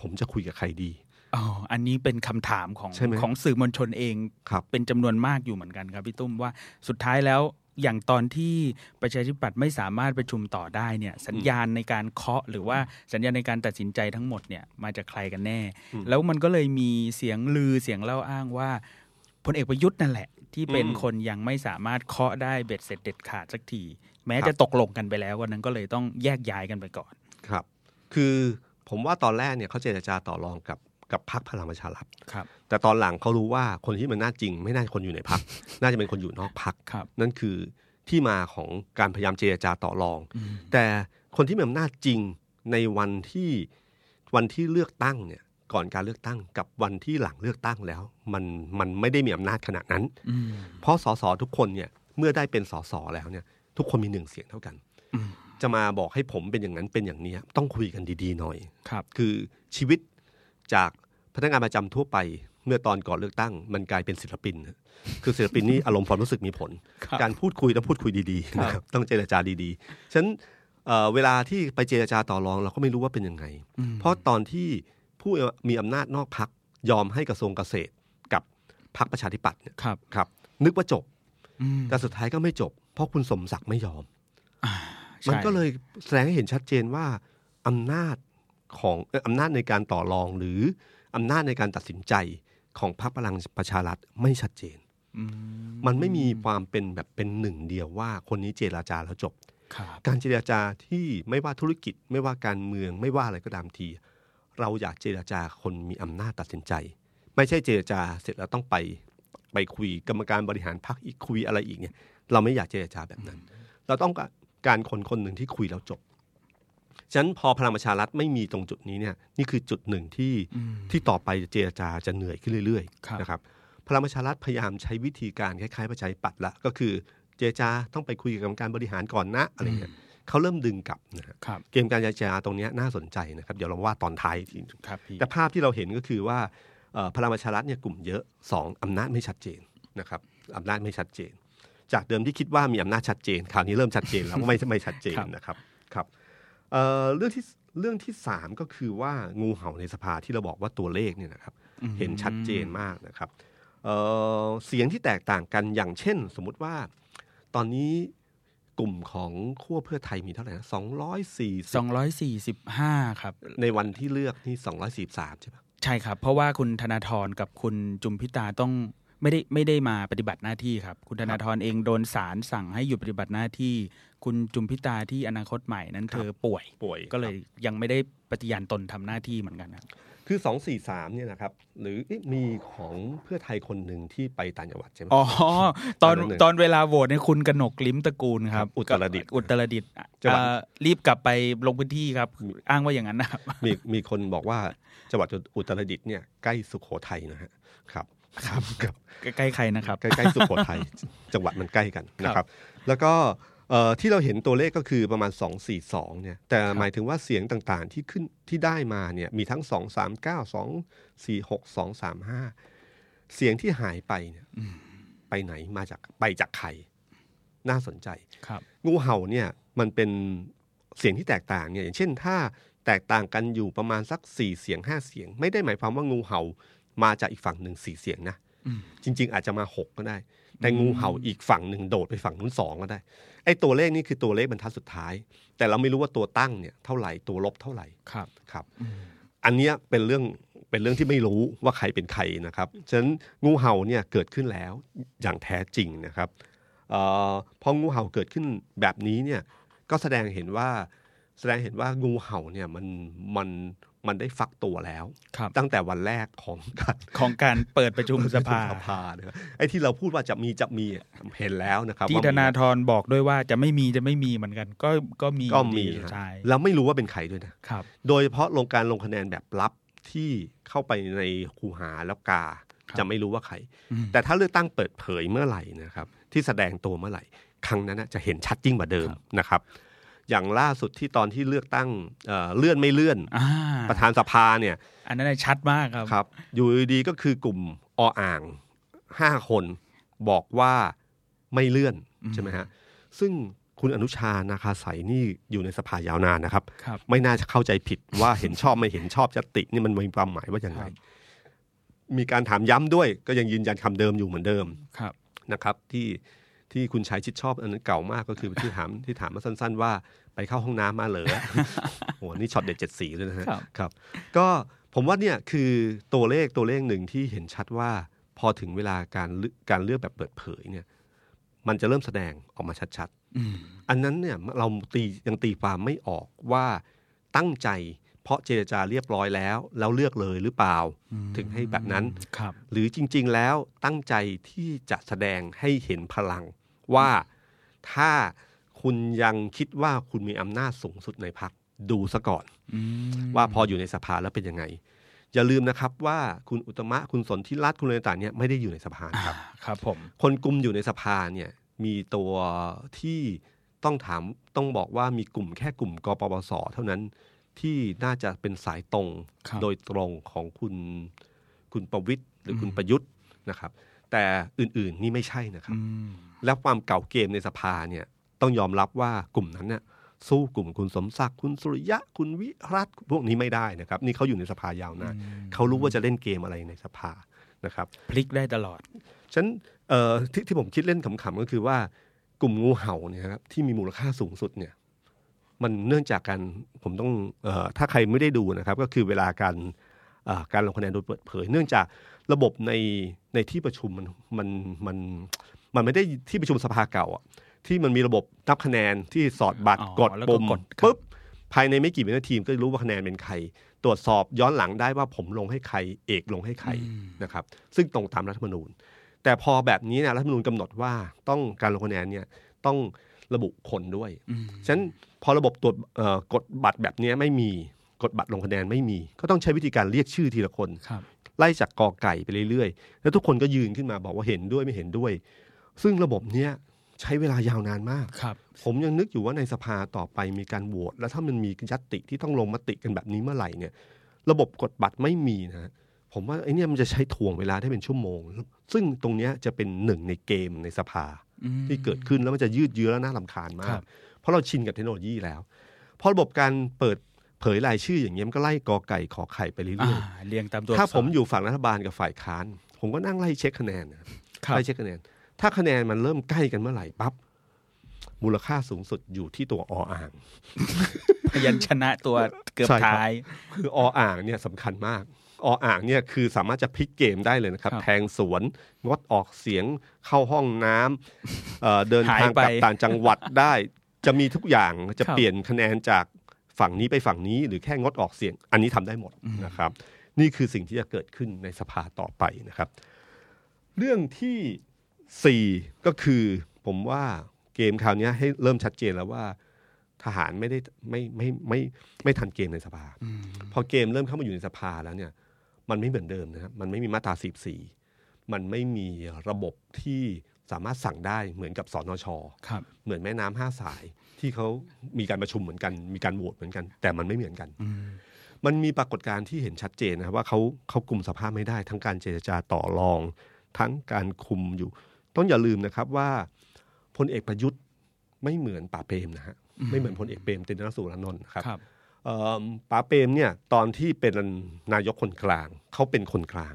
B: ผมจะคุยกับใครดี
C: อ๋อ อันนี้เป็นคำถามของ
B: ใช่ไหม
C: ของสื่อมวลชนเอง
B: ครับ
C: เป็นจำนวนมากอยู่เหมือนกันครับพี่ตุ้มว่าสุดท้ายแล้วอย่างตอนที่ประชาธิปัตย์ไม่สามารถประชุมต่อได้เนี่ยสัญญาณในการเคาะหรือว่าสัญญาณในการตัดสินใจทั้งหมดเนี่ยมาจากใครกันแน่ แล้วมันก็เลยมีเสียงลือเสียงเล่าอ้างว่าพลเอกประยุทธ์นั่นแหละ ที่เป็น
B: อืม
C: คนยังไม่สามารถเคาะได้เบ็ดเสร็จเด็ดขาดสักทีแม้
B: ครับ
C: จะตกลงกันไปแล้ววันนั้นก็เลยต้องแยกย้ายกันไปก่อน
B: ครับ คือผมว่าตอนแรกเนี่ยเขาเจรจาต่อรองกับกับพักพลังประชารัฐ
C: ครับ
B: แต่ตอนหลังเขารู้ว่าคนที่มันน่าจริง ไม่น่าจะคนอยู่ในพัก น่าจะเป็นคนอยู่นอกพัก
C: ครับ
B: นั่นคือที่มาของการพยายามเจรจาต่อรอง แต่คนที่มีอำนาจจริงในวันที่วันที่เลือกตั้งเนี่ยก่อนการเลือกตั้งกับวันที่หลังเลือกตั้งแล้ว มันมันไม่ได้มีอำนาจขนาดนั้น
C: อืม
B: เพราะสสทุกคนเนี่ยเมื่อได้เป็นสสแล้วเนี่ย ทุกคนมีหนึ่งเสียงเท่ากัน
C: อืม
B: จะมาบอกให้ผมเป็นอย่างนั้นเป็นอย่างนี้ต้องคุยกันดีๆหน่อย
C: ครับ
B: คือชีวิตจากพนักงานประจำทั่วไป เมื่อตอนก่อนเลือกตั้ง มันกลายเป็นศิลปินนะคือศิลปินนี่อารมณ์ความรู้สึกมีผล
C: ครับ
B: การพูดคุยต้องพูดคุยดีๆนะครับต้องเจรจาดีๆฉะนั้นเอ่อเวลาที่ไปเจรจาต่อรองเราก็ไม่รู้ว่าเป็นยังไง
C: อืม
B: เพราะตอนที่ผู้มีอำนาจนอกพักยอมให้กระทรวงเกษตรกับพักประชาธิปัตย์เนี่ย
C: ครับ
B: ครับนึกว่าจบ
C: อืม
B: แต่สุดท้ายก็ไม่จบ เพราะคุณสมศักดิ์ไม่ยอม
C: อ่า
B: มันก็เลยแสดงให้เห็นชัดเจนว่าอำนาจของเอ่ออำนาจในการต่อรองหรืออำนาจในการตัดสินใจของพรรคพลังประชารัฐไม่ชัดเจน
C: อื
B: มันไม่มีความเป็นแบบเป็นหนึ่งเดียวว่าคนนี้เจราจาแล้วจบ
C: ครับ
B: การเจราจาที่ไม่ว่าธุรกิจ ไม่ว่าการเมืองไม่ว่าอะไรก็ตามที เราอยากเจราจาคนมีอำนาจตัดสินใจ ไม่ใช่เจราจาเสร็จแล้วต้องไปไปคุยกรรมการบริหารพรรคอีกคุยอะไรอีกเนี่ย เราไม่อยากเจราจาแบบนั้น เราต้องการคนคนหนึ่งที่คุยแล้วจบฉะนั้นพอพลังประชารัฐไม่มีตรงจุดนี้เนี่ยนี่คือจุดหนึ่งที่
C: อืม
B: ที่ต่อไปเจรจาจะเหนื่อยขึ้นเรื่อย
C: ครั
B: ๆ
C: บ
B: นะครับพลังประชารัฐพยายามใช้วิธีการคล้ายๆประชาธิปัตย์ละก็คือเจรจาต้องไปคุยกับกรรมการบริหารก่อนนะอะไรเงี้ยเขาเริ่มดึงกลับนะฮะ
C: ครับ
B: เกมการเจรจาตรงเนี้ยน่าสนใจนะครับเดี๋ยวเราว่าตอนท้ายอีกทีหนึ่ง
C: ครับพี่
B: แต่ภาพที่เราเห็นก็คือว่าเอ่อพลังประชารัฐเนี่ยกลุ่มเยอะสองอำนาจไม่ชัดเจนนะครับอำนาจไม่ชัดเจน จากเดิมที่คิดว่ามีอำนาจชัดเจนคราวนี้เริ่มชัดเจนแล้ว [laughs] ว่าไม่ไม่ชัดเจนนะครับครับเอ่อเรื่องที่เรื่องที่สามก็คือว่างูเห่าในสภาที่เราบอกว่าตัวเลขเนี่ยนะครับ
C: อืม
B: เห็นชัดเจนมากนะครับเอ่อเสียงที่แตกต่างกันอย่างเช่น สมมุติว่าตอนนี้กลุ่มของขั้วเพื่อไทยมีเท่าไหร่นะสองร้อยสี่
C: สองร้อยสี่สิบห้าครับ
B: ในวันที่เลือกนี่สองร้อยสี่สามใช่ปะ
C: ใช่ครับ เพราะว่าคุณธนาธรกับคุณจุมพิตาต้องไม่ได้ไม่ได้มาปฏิบัติหน้าที่ครับ คุณธนาธรเองโดนศาลสั่งให้หยุดปฏิบัติหน้าที่ คุณจุมพิตาที่อนาคตใหม่นั้นเธอป่วย
B: ป่วย
C: ก็เลยยังไม่ได้ปฏิญาณตนทำหน้าที่เหมือนกันครับ
B: คือสองสี่สามเนี่ยนะครับ หรือเอ๊ะมีของเพื่อไทยคนหนึ่งที่ไปต่างจังหวัดใช่ไหม
C: อ๋อ ตอน
B: อันนั้นหนึ่ง
C: ตอนเวลาโหวตเนี่ยคุณกนกลิ้มตระกูลครับ
B: อุตรดิตถ์
C: อุตรดิตถ์
B: จังหวัด
C: เอ่อรีบกลับไปลงพื้นที่ครับ อ้างว่าอย่างนั้นนะครับ
B: มีมีคนบอกว่าจังหวัดอุตรดิตถ์เนี่ยใกล้สุโขทัยนะฮะครับครับครับ
C: ใกล้ๆใครนะครับ
B: ใกล้ๆสุโขทัย [laughs] จังหวัดมันใกล้กันนะครับ แล้วก็เอ่อที่เราเห็นตัวเลขก็คือประมาณ 2 4 2เนี่ยแต่หมายถึงว่าเสียงต่างๆที่ขึ้นที่ได้มาเนี่ยมีทั้ง 2 3 9 2 4 6 2 3 5 เสียงที่หายไปเนี่ยไปไหนมาจากไปจากใครน่าสนใจ
C: ครับ
B: งูเห่าเนี่ยมันเป็นเสียงที่แตกต่างเนี่ยอย่างเช่น ถ้าแตกต่างกันอยู่ประมาณสักสี่เสียงห้าเสียง ไม่ได้หมายความว่างูเห่ามาจากอีกฝั่งหนึ่งสี่เสียงนะ
C: อืม
B: จริง ๆ อาจจะมาหกก็ได้ แต่งูเห่าอีกฝั่งหนึ่งโดดไปฝั่งนู้นสองก็ได้ไอ้ตัวเลขนี่คือตัวเลขบรรทัดสุดท้าย แต่เราไม่รู้ว่าตัวตั้งเนี่ยเท่าไหร่ตัวลบเท่าไหร่
C: ครับ
B: ครับ อันเนี้ยเป็นเรื่องเป็นเรื่องที่ไม่รู้ว่าใครเป็นใครนะครับ ฉะนั้นงูเห่าเนี่ยเกิดขึ้นแล้วอย่างแท้จริงนะครับเออพองูเห่าเกิดขึ้นแบบนี้เนี่ยก็แสดงเห็นว่าแสดงเห็นว่างูเห่าเนี่ยมันมันมันได้ฟักตัวแล้ว
C: ครับ
B: ตั้งแต่วันแรกของการ
C: ของการเปิดประชุมสภา
B: สภาเนี่ยไอ้ที่เราพูดว่าจะมีจะมีอะเห็นแล้วนะครับ
C: ที่
B: ว่มี
C: ธนาธรบอกด้วยว่าจะไม่มีจะไม่มีเหมือนกัน ก็ก็มี
B: ก็มี
C: อยู่ดี
B: ฮะ
C: ใช่
B: แล้วไม่รู้ว่าเป็นใครด้วยนะ
C: ครับ
B: โดยเฉพาะลงการลงคะแนนแบบลับที่เข้าไปในคูหาแล้วกา
C: ครับ
B: จะไม่รู้ว่าใคร
C: อืม
B: แต่ถ้าเลือกตั้งเปิดเผยเมื่อไหร่นะครับ ที่แสดงตัวเมื่อไหร่ ครั้งนั้นน่ะจะเห็นชัดยิ่งกว่าเดิมนะครับ อย่างล่าสุดที่ตอนที่เลือกตั้งเอ่อเลื่อนไม่เลื่อน
C: อ่า
B: ประธานสภาเนี่ย
C: อันนั้นนะชัดมากครับ
B: ครับ อยู่ดีๆก็คือกลุ่มออ่างห้าคนบอกว่าไม่เลื่อน
C: อืม
B: ใช่ไหมฮะซึ่งคุณอนุชานาคาใสยนี่อยู่ในสภายาวนานนะครับ
C: ครับ
B: ไม่น่าจะเข้าใจผิดว่าเห็นชอบไม่เห็นชอบยตินี่มันมีความหมายว่าอย่างไร
C: ครับ
B: มีการถามย้ำด้วยก็ยังยืนยันคำเดิมอยู่เหมือนเดิม
C: ครับ
B: นะครับ ที่ที่คุณชายชิดชอบอันนั้นเก่ามากก็คือที่ถามที่ถามมาสั้น ๆ ว่าไปเข้าห้องน้ำมาเหร
C: [laughs]
B: อ โหนี่ช็อตเด็ดเจ็ดสีเลยนะฮะ
C: ครับ
B: ครับก็ผมว่าเนี่ยคือตัวเลขตัวเลขหนึ่งที่เห็นชัดว่าพอถึงเวลาการเลือกการเลือกแบบเปิดเผยเนี่ยมันจะเริ่มแสดงออกมาชัด
C: อืม
B: ๆ อันนั้นเนี่ยเราตียังตีความไม่ออกว่าตั้งใจเพราะเจรจาเรียบร้อยแล้ว แล้วเลือกเลยหรือเปล่า ถึงให้แบบนั้น
C: ครับ
B: หรือจริง ๆ แล้วตั้งใจที่จะแสดงให้เห็นพลังว่าถ้าคุณยังคิดว่าคุณมีอำนาจสูงสุดในพักดูซะก่อน
C: อืม
B: ว่าพออยู่ในสภาแล้วเป็นยังไง อย่าลืมนะครับว่าคุณอุตตมะคุณสนธิรัตน์คุณอะไรต่างๆเนี่ยไม่ได้อยู่ในสภานะครับ
C: ครับผม
B: คนกลุ่มอยู่ในสภาเนี่ยมีตัวที่ต้องถามต้องบอกว่ามีกลุ่มแค่กลุ่มกปปสเท่านั้นที่น่าจะเป็นสายตรง
C: ครับ
B: โดยตรงของคุณคุณประวิทย์หรือคุณประยุทธ์นะครับ แต่อื่นๆนี่ไม่ใช่นะครับ
C: อืม
B: และความเก่าเกมในสภาเนี่ยต้องยอมรับว่ากลุ่มนั้นเนี่ยสู้กลุ่มคุณสมศักดิ์คุณสุริยะคุณวิรัตพวกนี้ไม่ได้นะครับ นี่เขาอยู่ในสภายาวนาน
C: อืม
B: เขารู้ว่าจะเล่นเกมอะไรในสภานะครับ
C: พลิกได้ตลอด
B: ฉะนันเอ่อทที่ผมคิดเล่นขำๆก็คือว่ากลุ่มงูเห่าเนี่ยนะครับที่มีมูลค่าสูงสุดเนี่ย มันเนื่องจากการผมต้องเออถ้าใครไม่ได้ดูนะครับ ก็คือเวลาการเอ่อการลงคะแนนโดยเปิดเผย เนื่องจากระบบในในที่ประชุมมันมันมันมันไม่ได้ที่ประชุมสภาเก่าอะที่มันมีระบบนับคะแนนที่สอดบัตร
C: อ๋อก
B: ด
C: แล้วก็
B: ปุ่ม
C: กดครับ
B: ปุ๊บภายในไม่กี่วินาทีก็รู้ว่าคะแนนเป็นใคร ตรวจสอบย้อนหลังได้ว่าผมลงให้ใคร เอกลงให้ใครนะครับ ซึ่งตรงตามรัฐธรรมนูญ แต่พอแบบนี้เนี่ยรัฐธรรมนูญกำหนดว่าต้องการลงคะแนนเนี่ยต้องระบุคนด้วย ฉะนั้นพอระบบตรวจเอ่อกดบัตรแบบเนี้ยไม่มีกดบัตรลงคะแนนไม่มี ก็ต้องใช้วิธีการเรียกชื่อทีละคน
C: ครับ
B: ไล่จากกอไก่ไปเรื่อยๆ แล้วทุกคนก็ยืนขึ้นมาบอกว่าเห็นด้วยไม่เห็นด้วย ซึ่งระบบเนี้ยใช้เวลายาวนานมาก
C: ครับ
B: ผมยังนึกอยู่ว่าในสภาต่อไปมีการโหวตแล้วถ้ามันมียัตติที่ต้องลงมติกันแบบนี้เมื่อไหร่เนี่ย ระบบกดบัตรไม่มีนะฮะผมว่าไอเนี่ยมันจะใช้ถ่วงเวลาได้เป็นชั่วโมง ซึ่งตรงเนี้ยจะเป็นหนึ่งในเกมในสภา
C: อืม
B: ที่เกิดขึ้นแล้วมันจะยืดเยื้อและน่าลำคาญมา
C: ครั
B: ก
C: บ
B: เพราะเราชินกับเทคโนโลยีแล้วพอระบบการเปิดเผยรายชื่ออย่างเงี้ยมันก็ไล่กอไก่ขอไข่ไปเรื่
C: อ่า
B: อย
C: เรียงตามตัว
B: ๆถ้าผมอยู่ฝั่งรัฐบาลกับฝ่ายค้าน ผมก็นั่งไล่เช็คคะแนนนะ
C: ครับ
B: ไล่เช็คคะแนน ถ้าคะแนนมันเริ่มใกล้กันเมื่อไหร่ปั๊บมูลค่าสูงสุดอยู่ที่ตัวออ่าง
C: พยัญชนะตัวเกือบ
B: ใช่ครับ
C: ท้าย
B: คือออ่างเนี่ยสำคัญมากออ่างเนี่ยคือสามารถจะพลิกเกมได้เลยนะครับ
C: ครับ
B: แทงสวนงดออกเสียงเข้าห้องน้ำเอ่อเดินทาง
C: หายไป
B: กลับต่างจังหวัดได้ จะมีทุกอย่างจะ
C: ครับ
B: เปลี่ยนคะแนนจากฝั่งนี้ไปฝั่งนี้หรือแค่งดออกเสียง อันนี้ทำได้หมดนะครับ นี่คือสิ่งที่จะเกิดขึ้นในสภาต่อไปนะครับ เรื่องที่สี่ก็คือผมว่าเกมคราวเนี้ยให้เริ่มชัดเจนแล้วว่า ทหารไม่ได้ไม่ไม่ไม่ไม่ทันเกมในสภา พอเกมเริ่มเข้ามาอยู่ในสภาแล้วเนี่ย มันไม่เหมือนเดิมนะครับมันไม่มีมาตราสิบสี่มันไม่มีระบบที่สามารถสั่งได้เหมือนกับสนช
C: ครับ
B: เหมือนแม่น้ำห้าสายที่เขามีการประชุมเหมือนกัน มีการโหวตเหมือนกัน แต่มันไม่เหมือนกัน มันมีปรากฏการณ์ที่เห็นชัดเจนนะครับว่าเขาเขากลุ่มสภาพไม่ได้ ทั้งการเจรจาต่อรอง ทั้งการคุมอยู่ ต้องอย่าลืมนะครับว่าพลเอกประยุทธ์ไม่เหมือนป่าเปรมนะฮะไม่เหมือนพลเอกเปรมตินรสุรานนท์นะครับ
C: ครับ
B: เอิ่มป๋าเปรมเนี่ยตอนที่เป็นนายกคนกลาง เขาเป็นคนกลาง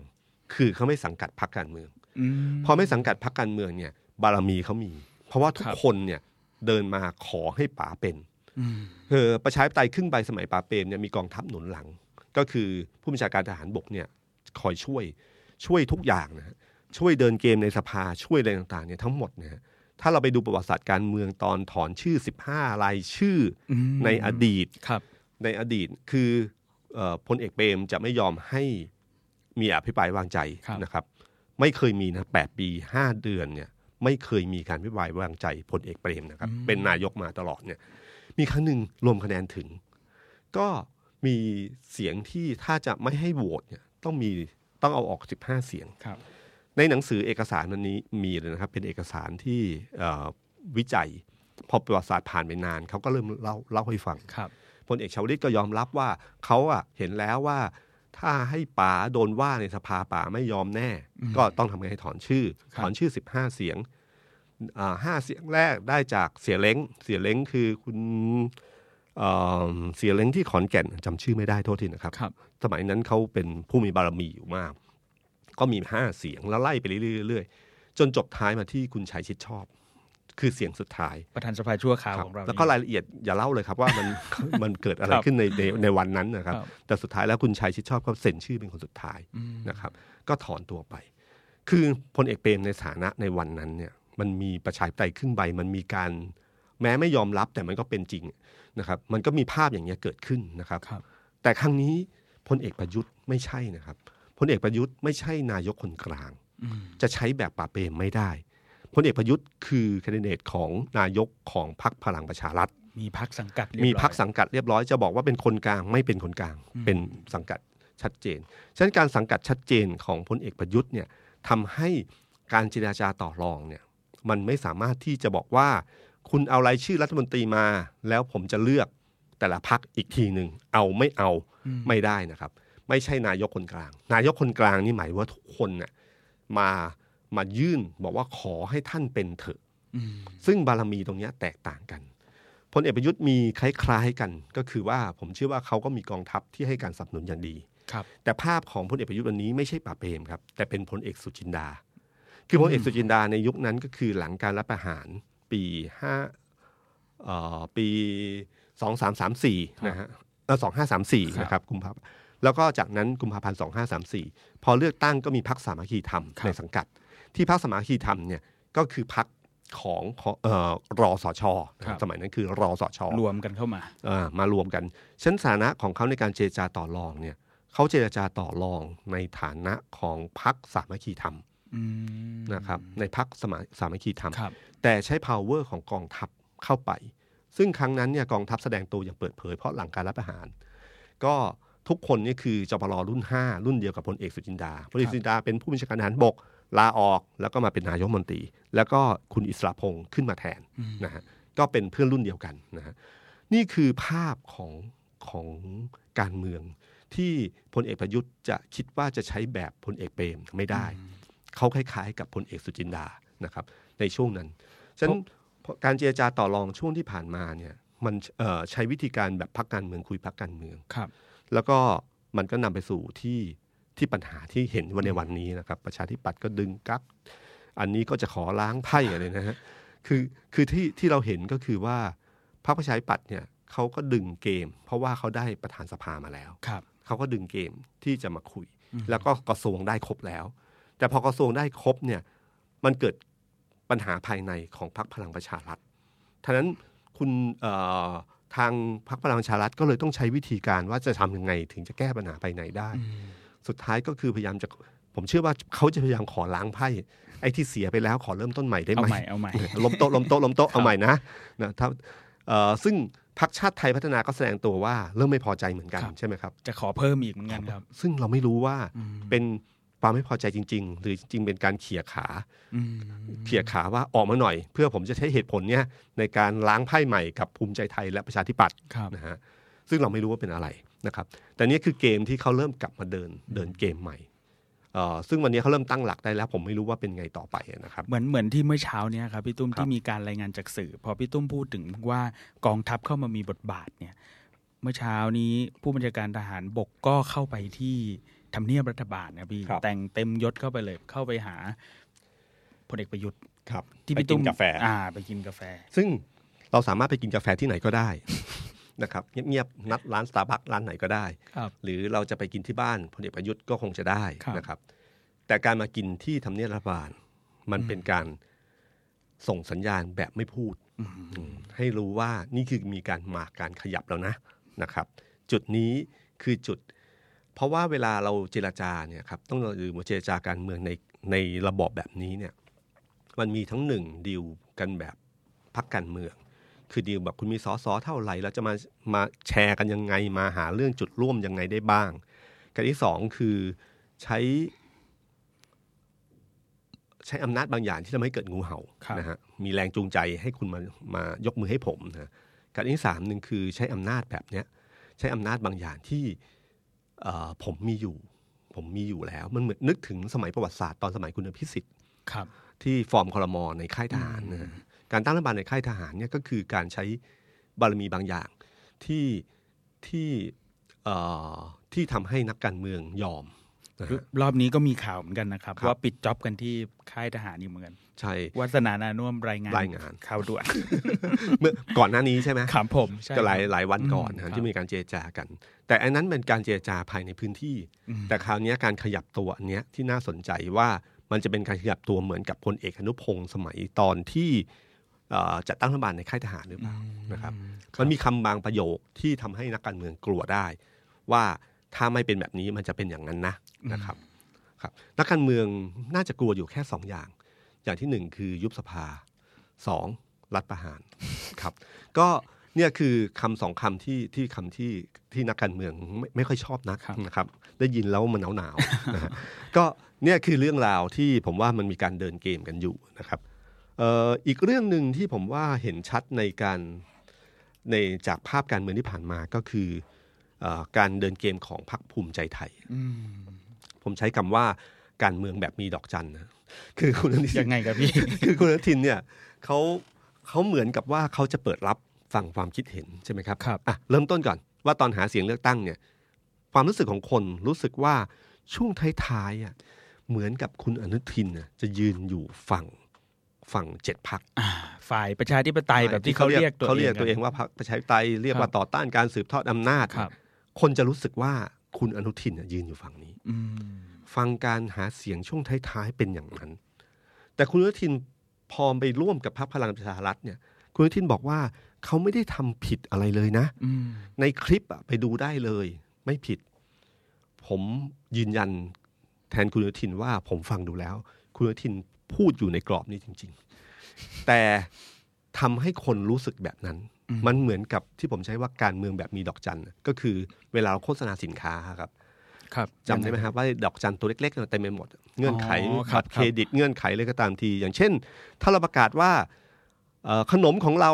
B: คือเขาไม่สังกัดพรรคการเมือง
C: อืม
B: พอไม่สังกัดพรรคการเมืองเนี่ยบารมีเขามี เพราะว่าทุก
C: ครับ
B: คนเนี่ยเดินมาขอให้ป๋าเป็น
C: อืม
B: เออประชาธิปไตยครึ่งใบสมัยป๋าเปรมเนี่ยมีกองทัพหนุนหลัง ก็คือผู้บัญชาการทหารบกเนี่ยคอยช่วยช่วยทุกอย่างนะฮะช่วยเดินเกมในสภาช่วยอะไรต่างๆเนี่ยทั้งหมดนะฮะถ้าเราไปดูประวัติศาสตร์การเมืองตอนถอนชื่อ 15รายชื่ออในอดีต
C: ครับ
B: ในอดีตคือเอ่อพลเอกเปรมจะไม่ยอมให้มีอภิปรายวางใจ
C: ครับ
B: นะครับ ไม่เคยมีนะแปดปีห้าเดือนเนี่ยไม่เคยมีการอภิปรายวางใจพลเอกเปรมนะครับ เป็นนายกมาตลอดเนี่ย มีครั้งหนึ่งรวมคะแนนถึง ก็มีเสียงที่ถ้าจะไม่ให้โหวตเนี่ยต้องมีต้องเอาออกสิบห้าเสียง
C: ครับ
B: ในหนังสือเอกสารมันนี้มีเลยนะครับ เป็นเอกสารที่เอ่อวิจัย พอประวัติศาสตร์ผ่านไปนานเขาก็เริ่มเล่าเล่าให้ฟัง
C: ครับ
B: พลเอกชาวลิตก็ยอมรับว่าเขาอะเห็นแล้วว่า ถ้าให้ป๋าโดนว่าในสภาป๋าไม่ยอมแน่ ก็ต้องทำไงให้ถอนชื่อ ถอนชื่อ 15 เสียงอ่าห้าเสียงแรกได้จากเสียเล้ง เสียเล้งคือคุณเอ่อเสียเล้งที่ขอนแก่นจำชื่อไม่ได้โทษทีนะครับ
C: ครับ
B: สมัยนั้นเขาเป็นผู้มีบารมีอยู่มาก ก็มีห้าเสียงแล้วไล่ไปเรื่อยๆ จนจบท้ายมาที่คุณชัยชิดชอบ คือเสียงสุดท้าย
C: ประธานสภาชั่วครา
B: ค
C: ว
B: รับ
C: ของเรา
B: แล้วก็รายละเอียดอย่าเล่าเลยครับว่า [laughs] มัน มันเกิดอะไร
C: ครับ
B: ขึ้นในในในวันนั้นนะครับ
C: ครับ
B: แต่สุดท้ายแล้วคุณชัยชิดชอบเขาเซ็นชื่อเป็นคนสุดท้ายนะครับ ก็ถอนตัวไป คือพลเอกเปรมในฐานะในวันนั้นเนี่ย มันมีประชาธิปไตยครึ่งใบมันมีการ แม้ไม่ยอมรับแต่มันก็เป็นจริงนะครับ มันก็มีภาพอย่างเงี้ยเกิดขึ้นนะครับ
C: ครับ
B: แต่ครั้งนี้พลเอกประยุทธ์ไม่ใช่นะครับพลเอกประยุทธ์ไม่ใช่นายกคนกลาง จะใช้แบบป่าเปรมไม่ได้พลเอกประยุทธ์คือแคนดิเดตของนายกของพรรคพลังประชารัฐ
C: มีพักสังกัดเยบ
B: มี
C: อย
B: พักสังกัดเรียบร้อยจะบอกว่าเป็นคนกลางไม่เป็นคนกลาง เป็นสังกัดชัดเจน ฉะนั้นการสังกัดชัดเจนของพลเอกประยุทธ์เนี่ยทำให้การเจราจาต่อรองเนี่ยมันไม่สามารถที่จะบอกว่า คุณเอารายชื่อรัฐมนตรีมา แล้วผมจะเลือกแต่ละพักอีกทีหนึ่งเอาไม่เอาไม่ได้นะครับ ไม่ใช่นายกคนกลาง นายกคนกลางนี่หมายว่าทุกคนน่ะมามายื่นบอกว่าขอให้ท่านเป็นเถอะ
C: อืม
B: ซึ่งบารมีตรงเนี้ยแตกต่างกันพลเอกประยุทธ์มีคล้ายๆกัน ก็คือว่าผมเชื่อว่าเขาก็มีกองทัพที่ให้การสนับสนุนอย่างดี
C: ครับ
B: แต่ภาพของพลเอกประยุทธ์วันนี้ไม่ใช่ป่าเปรมครับแต่เป็นพลเอกสุจินดา คือพลเอกสุจินดาในยุคนั้นก็คือหลังการรัฐประหารปีห้าเอ่อปี สองสามสามสี่นะฮะเออสองห้าสามสี่นะครับกุมภาพันธ์แล้วก็จากนั้นกุมภาพันธ์สองห้าสามสี่พอเลือกตั้งก็มีพักสามัคคีธรรม
C: ครับ
B: ในสังกัด ที่พักสามัคคีธรรมเนี่ยก็คือพักของขอเอ่อรอสช
C: ครับ
B: สมัยนั้นคือรอสช
C: รวมกันเข้ามา
B: เอ่อมารวมกันชั้นสถานะของเขาในการเจรจาต่อรองเนี่ยเขาเจรจาต่อรองในฐานะของพักสามัคคีธรรม
C: อืม
B: นะครับในพักสมาสามัคคีธรรม
C: ครับ
B: แต่ใช้ power ของกองทัพเข้าไป ซึ่งครั้งนั้นเนี่ยกองทัพแสดงตัวอย่างเปิดเผยเพราะหลังการรัฐประหาร ก็ทุกคนเนี่ยคือจปรรุ่น 5 รุ่นเดียวกับพลเอกสุจินดาพลเอกสุจินดาเป็นผู้บัญชาการทหารบกลาออกแล้วก็มาเป็นนายกรัฐมนตรี แล้วก็คุณอิสระพงศ์ขึ้นมาแทน
C: อืม
B: นะฮะก็เป็นเพื่อนรุ่นเดียวกันนะฮะนี่คือภาพของของการเมืองที่พลเอกประยุทธ์จะคิดว่าจะใช้แบบพลเอกเปรมไม่ได้ เขาคล้ายๆกับพลเอกสุจินดานะครับ ในช่วงนั้น ฉะนั้นการเจรจาต่อรองช่วงที่ผ่านมาเนี่ยมันเอ่อใช้วิธีการแบบพักการเมืองคุยพักการเมือง
C: ครับ
B: แล้วก็มันก็นำไปสู่ที่ที่ปัญหาที่เห็นวันในวันนี้นะครับ ประชาธิปัตย์ก็ดึงกักอันนี้ก็จะขอล้างไพ่อะไรนะฮะคือคือที่ที่เราเห็นก็คือว่าพรรคประชาธิปัตย์เนี่ยเขาก็ดึงเกม เพราะว่าเขาได้ประธานสภามาแล้ว
C: ครับ
B: เขาก็ดึงเกมที่จะมาคุย
C: อืม
B: แล้วก็กระทรวงได้ครบแล้ว แต่พอกระทรวงได้ครบเนี่ยมันเกิดปัญหาภายในของพรรคพลังประชารัฐท่านั้นคุณเอ่อทางพรรคพลังประชารัฐก็เลยต้องใช้วิธีการว่าจะทำยังไงถึงจะแก้ปัญหาภายในได้ สุดท้ายก็คือพยายามจะผมเชื่อว่าเขาจะพยายามขอล้างไพ่ไอ้ที่เสียไปแล้วขอเริ่มต้นใหม่ได้
C: เอา
B: ไหม
C: ใหม่เอาใหม่
B: ล้มโต๊ะล้มโต๊ะล้มโต๊ะเอาใหม่นะนะถ้าเอ่อซึ่งพักชาติไทยพัฒนาก็แสดงตัวว่าเริ่มไม่พอใจเหมือนกัน
C: ครับ
B: ใช่ไหมครับ
C: จะขอเพิ่มอีกเหมือนกันครับ
B: ซึ่งเราไม่รู้ว่า
C: อืม
B: เป็นความไม่พอใจจริง ๆ หรือจริง ๆ เป็นการเขี่ยขา
C: อืม
B: เขี่ยขาว่าออกมาหน่อย เพื่อผมจะใช้เหตุผลเนี่ยในการล้างไพ่ใหม่กับภูมิใจไทยและประชาธิปัตย์
C: ครับ
B: นะฮะซึ่งเราไม่รู้ว่าเป็นอะไรนะครับ แต่นี่คือเกมที่เขาเริ่มกลับมาเดินเดินเกมใหม่เอ่อซึ่งวันนี้เขาเริ่มตั้งหลักได้แล้ว ผมไม่รู้ว่าเป็นไงต่อไปนะครับ
C: เหมือนเหมือนที่เมื่อเช้าเนี่ยครับพี่ตุ้ม
B: ครับ
C: ที่มีการรายงานจากสื่อ พอพี่ตุ้มพูดถึงว่ากองทัพเข้ามามีบทบาทเนี่ยเมื่อเช้านี้ผู้บัญชาการทหารบกก็เข้าไปที่ทำเนียบรัฐบาลนะพี่
B: ครับ
C: แต่งเต็มยศเข้าไปเลยเข้าไปหาพลเอกประยุทธ์
B: ครับ
C: ที่
B: ไป
C: พี่
B: กิ
C: ตุ้ม
B: นกาแฟ
C: อ่า ไปกินกาแฟ
B: ซึ่งเราสามารถไปกินกาแฟที่ไหนก็ได้ นะครับเงียบๆนัดร้านสตาร์บัคร้านไหนก็ได้
C: ครับ
B: หรือเราจะไปกินที่บ้านพลเอกประยุทธ์ก็คงจะได้
C: ครับ
B: นะครับ แต่การมากินที่ทำเนียบรัฐบาล มันเป็นการส่งสัญญาณแบบไม่พูด ให้รู้ว่านี่คือมีการหมากการขยับแล้วนะนะครับ จุดนี้คือจุด เพราะว่าเวลาเราเจรจาเนี่ยครับต้องหรือว่าเจรจาการเมืองในในระบอบแบบนี้เนี่ย มันมีทั้งหนึ่งดีลกันแบบพักการเมือง คือดีลแบบคุณมีสอสอเท่าไหร่แล้วจะมามาแชร์กันยังไงมาหาเรื่องจุดร่วมยังไงได้บ้างกับที่สองคือใช้ ใช้อำนาจบางอย่างที่ทำให้เกิดงูเห่า
C: ครับ
B: นะฮะมีแรงจูงใจให้คุณมามายกมือให้ผมนะกับที่สามหนึ่งคือใช้อำนาจแบบเนี้ยใช้อำนาจบางอย่างที่เอ่อผมมีอยู่ ผมมีอยู่แล้วมันเหมือนนึกถึงสมัยประวัติศาสตร์ตอนสมัยคุณอภิสิทธิ
C: ครับ
B: ที่ฟอร์มคอรมอในค่ายทหารนะฮะการตั้งรัฐบาลในค่ายทหารเนี่ยก็คือการใช้บารมีบางอย่างที่ที่เอ่อที่ทำให้นักการเมืองยอมนะฮะ
C: รอบนี้ก็มีข่าวเหมือนกันนะครับ
B: ครับ
C: ว่าปิดจ็อบกันที่ค่ายทหารนี่เหมือนกัน
B: ใช่
C: วัสนานานุ่วมรายงาน
B: รายงาน
C: ข่าวด่วน [laughs]
B: เมื่อก่อนหน้านี้ใช่ไหม
C: ขามผมใช่
B: ก็หลาย
C: ครับ
B: หลายวันก่อน
C: อืมครั
B: นะ
C: บ
B: ที่มีการเจรจากัน แต่อันนั้นเป็นการเจรจาภายในพื้นที่
C: อืม
B: แต่คราวเนี้ยการขยับตัวอันเนี้ยที่น่าสนใจว่ามันจะเป็นการขยับตัวเหมือนกับพลเอกอนุพงศ์สมัยตอนที่เอ่อจัดตั้งรัฐบาลในค่ายทหารหรือเปล่านะครับ มันมีคำบางประโยคที่ทำให้นักการเมืองกลัวได้ ว่าถ้าไม่เป็นแบบนี้มันจะเป็นอย่างนั้นนะนะครับครับนักการเมืองน่าจะกลัวอยู่แค่สองอย่าง อย่างที่หนึ่งคือยุบสภาสองรัฐประหารครับก็เนี่ยคือคำสองคำที่ที่คำที่ที่นักการเมืองไม่ไม่ค่อยชอบนัก
C: ครับ
B: นะครับ ได้ยินแล้วมันหนาวหนาวๆ [laughs] นะฮะก็เนี่ยคือเรื่องราวที่ผมว่ามันมีการเดินเกมกันอยู่นะครับเอ่ออีกเรื่องหนึ่งที่ผมว่าเห็นชัดในการ ในจากภาพการเมืองที่ผ่านมาก็คือเออการเดินเกมของพรรคภูมิใจไทย
C: อืม
B: ผมใช้คำว่าการเมืองแบบมีดอกจันนะคือคุณอนุทิ
C: ยั
B: น
C: งไงครับพี่ [laughs]
B: คือคุณอนุทินเนี่ยเขาเขาเหมือนกับว่าเขาจะเปิดรับฟังความคิดเห็นใช่ไหมครับ
C: ครับ
B: อ่ะเริ่มต้นก่อนว่าตอนหาเสียงเลือกตั้งเนี่ยความรู้สึกของคนรู้สึกว่าช่วงท้ายๆอ่ะเหมือนกับคุณอนุทินน่ะจะยืนอยู่ฝั่ง ฝั่งเจ็ดพัก
C: อ่าฝ่ายประชาธิปไตยแบบที่เขาเรียกตัวเอง
B: เขาเรียกตัวเอง
C: น
B: ว่าพรรคประชาธิปไตยเรียก
C: ครับ
B: ว่าต่อต้านการสืบทอดอำนาจ
C: ะครับ
B: คนจะรู้สึกว่าคุณอนุทินน่ะยืนอยู่ฝั่งนี้
C: อืม
B: ฟังการหาเสียงช่วงท้ายๆเป็นอย่างนั้น แต่คุณอนุทินพอไปร่วมกับพรรคพลังประชารัฐเนี่ย คุณอนุทินบอกว่าเขาไม่ได้ทำผิดอะไรเลยนะ
C: อืม
B: ในคลิปอะไปดูได้เลย ไม่ผิด ผมยืนยันแทนคุณอนุทินว่าผมฟังดูแล้ว คุณอนุทินพูดอยู่ในกรอบนี้จริง ๆ แต่ทำให้คนรู้สึกแบบนั้น มันเหมือนกับที่ผมใช้ว่าการเมืองแบบมีดอกจันน่ะก็คือเวลาเราโฆษณาสินค้าครับ
C: ครับ
B: จำได้ไหมครับว่าดอกจันตัวเล็กๆเนี่ยเต็มไปหมด เงื่อนไข
C: อ๋อครั
B: บั
C: บ
B: ตรเครดิตเงื่อนไขเลยก็ตามที อย่างเช่น ถ้าเราประกาศว่าเอ่อขนมของเรา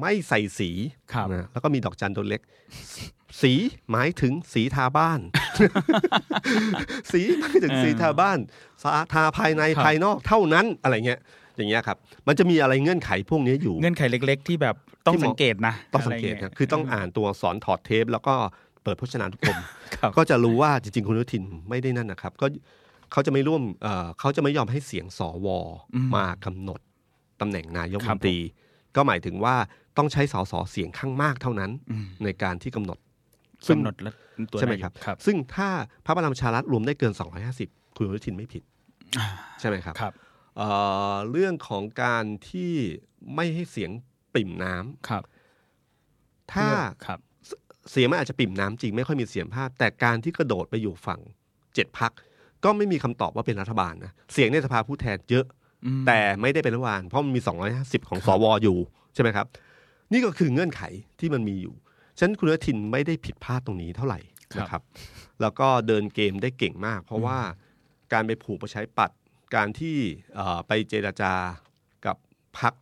B: ไม่ใส่สี
C: ครับ
B: นะแล้วก็มีดอกจันตัวเล็ก [laughs] สีหมายถึงสีทาบ้าน [laughs] สีหมายถึงสีทาบ้านสาทาภายในภายนอกเท่านั้นอะไรเงี้ยอย่างเงี้ยครับ มันจะมีอะไรเงื่อนไขพวกนี้อยู่
C: เงื่อนไขเล็ก ๆ ที่แบบต้อง
B: ที่เหมาะ
C: สังเกตนะ
B: ต้องสังเกต
C: ะไร
B: ค
C: งี้
B: รับ
C: ย
B: คือต้องอ่านตัวสอนถอดเทป แล้วก็เปิดพจนานุกรม
C: ครับ
B: ก็จะรู้ว่าจริงๆ คุณอนุทินไม่ได้นั่นนะครับ ก็เขาจะไม่ร่วมเอ่อเขาจะไม่ยอมให้เสียงสวมากำหนดตำแหน่งนายกรัฐมนตรี ก็หมายถึงว่าต้องใช้สสเสียงข้างมากเท่านั้น ในการที่กำหนด ซึ่ง
C: กำหนดละตัว
B: ใช่ไหม
C: นายก
B: ครับ
C: ครับ
B: ซึ่งถ้าพระพลังประชารัฐรวมได้เกิน 250 คุณอนุทินไม่ผิด ใช่ไหมครับ
C: ครับ
B: เอ่อเรื่องของการที่ไม่ให้เสียงปิ่มน้ำ
C: ครับ
B: ถ้า
C: ครับ
B: เสียงมันอาจจะปิ่มน้ำจริงไม่ค่อยมีเสียงภาพ แต่การที่กระโดดไปอยู่ฝั่งเจ็ดพัก ก็ไม่มีคำตอบว่าเป็นรัฐบาลนะเสียงในสภาผู้แทนเยอะ
C: อืม
B: แต่ไม่ได้เป็นรัฐบาลเพราะมันมี 250 ของสวอยู่ใช่ไหมครับ นี่ก็คือเงื่อนไขที่มันมีอยู่ฉะนั้นคุณอนุทินไม่ได้ผิดพลาดตรงนี้เท่าไหร่นะครับ แล้วก็เดินเกมได้เก่งมาก เพราะว่าการไปผูกประชาธิปัตย์การที่เอ่อไปเจราจากับพัก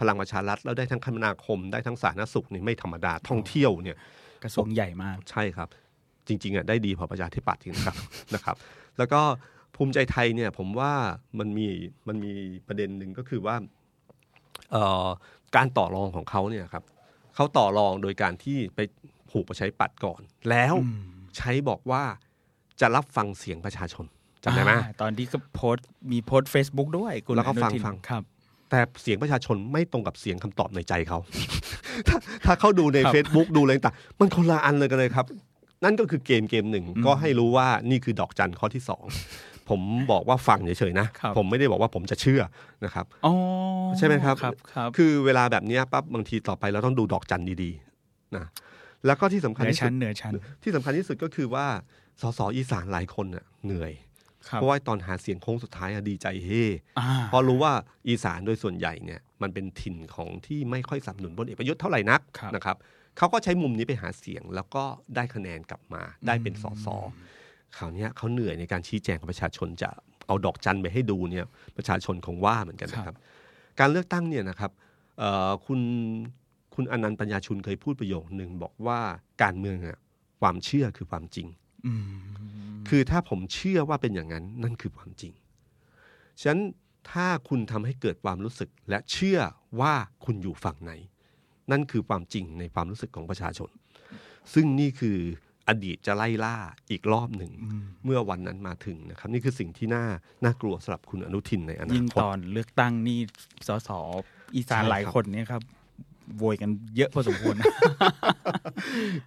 B: พลังประชารัฐแล้วได้ทั้งคมนาคมได้ทั้งสาธารณสุขนี่ไม่ธรรมดาท่องเที่ยวเนี่ย
C: กระทรวงใหญ่มาก
B: ใช่ครับ จริงๆอ่ะได้ดีพอประชาธิปัตย์จริงนะครับ [laughs] นะครับ แล้วก็ภูมิใจไทยเนี่ย ผมว่ามันมีมันมีประเด็นหนึ่งก็คือว่าเอ่อการต่อรองของเขาเนี่ยครับเขาต่อรองโดยการที่ไปผูกประชาธิปัตย์ก่อน แล้วใช้บอกว่าจะรับฟังเสียงประชาชนจำได้ไหม
C: อ่าตอนที่ก็โพสต์มีโพสต์ Facebook ด้วยคุณ
B: แล้วก็
C: อนุ
B: ฟัง
C: ทิน
B: ฟัง
C: ครับ
B: แต่เสียงประชาชนไม่ตรงกับเสียงคำตอบในใจเขา [laughs] ถ้าถ้าเขาดูใน
C: ครับ
B: Facebook ดูอะไรต่างมันคนละอันเลยกันเลยครับ นั่นก็คือเกมเกมหนึ่ง ก็ให้รู้ว่านี่คือดอกจันข้อที่สอง ผมบอกว่าฟังเฉยๆนะ
C: ครับ
B: ผมไม่ได้บอกว่าผมจะเชื่อนะครับ
C: อ๋อ
B: ใช่ไหมครับ
C: ครับครับ
B: คือเวลาแบบเนี้ยปั๊บบางทีต่อไปเราต้องดูดอกจันดีๆนะแล้วก็ที่สำคั
C: เห
B: ญ
C: นือ
B: ที่สุ
C: ชั้
B: ด
C: นเหนือชั้น
B: ที่สำคัญที่สุดก็คือว่าสสอีสานหลายคนน่ะเหนื่อย
C: ครับ
B: เพราะว่าตอนหาเสียงโค้งสุดท้ายอะดีใจเฮ
C: อ่า
B: เพราะรู้ว่าอีสานโดยส่วนใหญ่เนี่ยมันเป็นถิ่นของที่ไม่ค่อยสนับสนุนพลเอกประยุทธ์เท่าไหร่นักนะครับเขาก็ใช้มุมนี้ไปหาเสียง แล้วก็ได้คะแนนกลับมา ได้เป็นสสคราวเนี้ยเขาเหนื่อยในการชี้แจงกับประชาชนจะเอาดอกจันไปให้ดูเนี่ยประชาชนคงว่าเหมือนกันนะครับ การเลือกตั้งเนี่ยนะครับเอ่อคุณคุณอนันต์ปัญญาชุนเคยพูดประโยคหนึ่งบอกว่าการเมืองอะความเชื่อคือความจริง
C: อืม
B: คือถ้าผมเชื่อว่าเป็นอย่างนั้นนั่นคือความจริง ฉะนั้นถ้าคุณทำให้เกิดความรู้สึกและเชื่อว่าคุณอยู่ฝั่งไหน นั่นคือความจริงในความรู้สึกของประชาชน ซึ่งนี่คืออดีตจะไล่ล่าอีกรอบหนึ่ง เมื่อวันนั้นมาถึงนะครับ นี่คือสิ่งที่น่าน่ากลัวสำหรับคุณอนุทินในอนา
C: ยิ่ง
B: ค
C: ต
B: ต
C: อนเลือกตั้งนี่สสอีสาน
B: ใช่ครับ
C: หลายคนเนี่ยครับโวยกันเยอะพอสมควร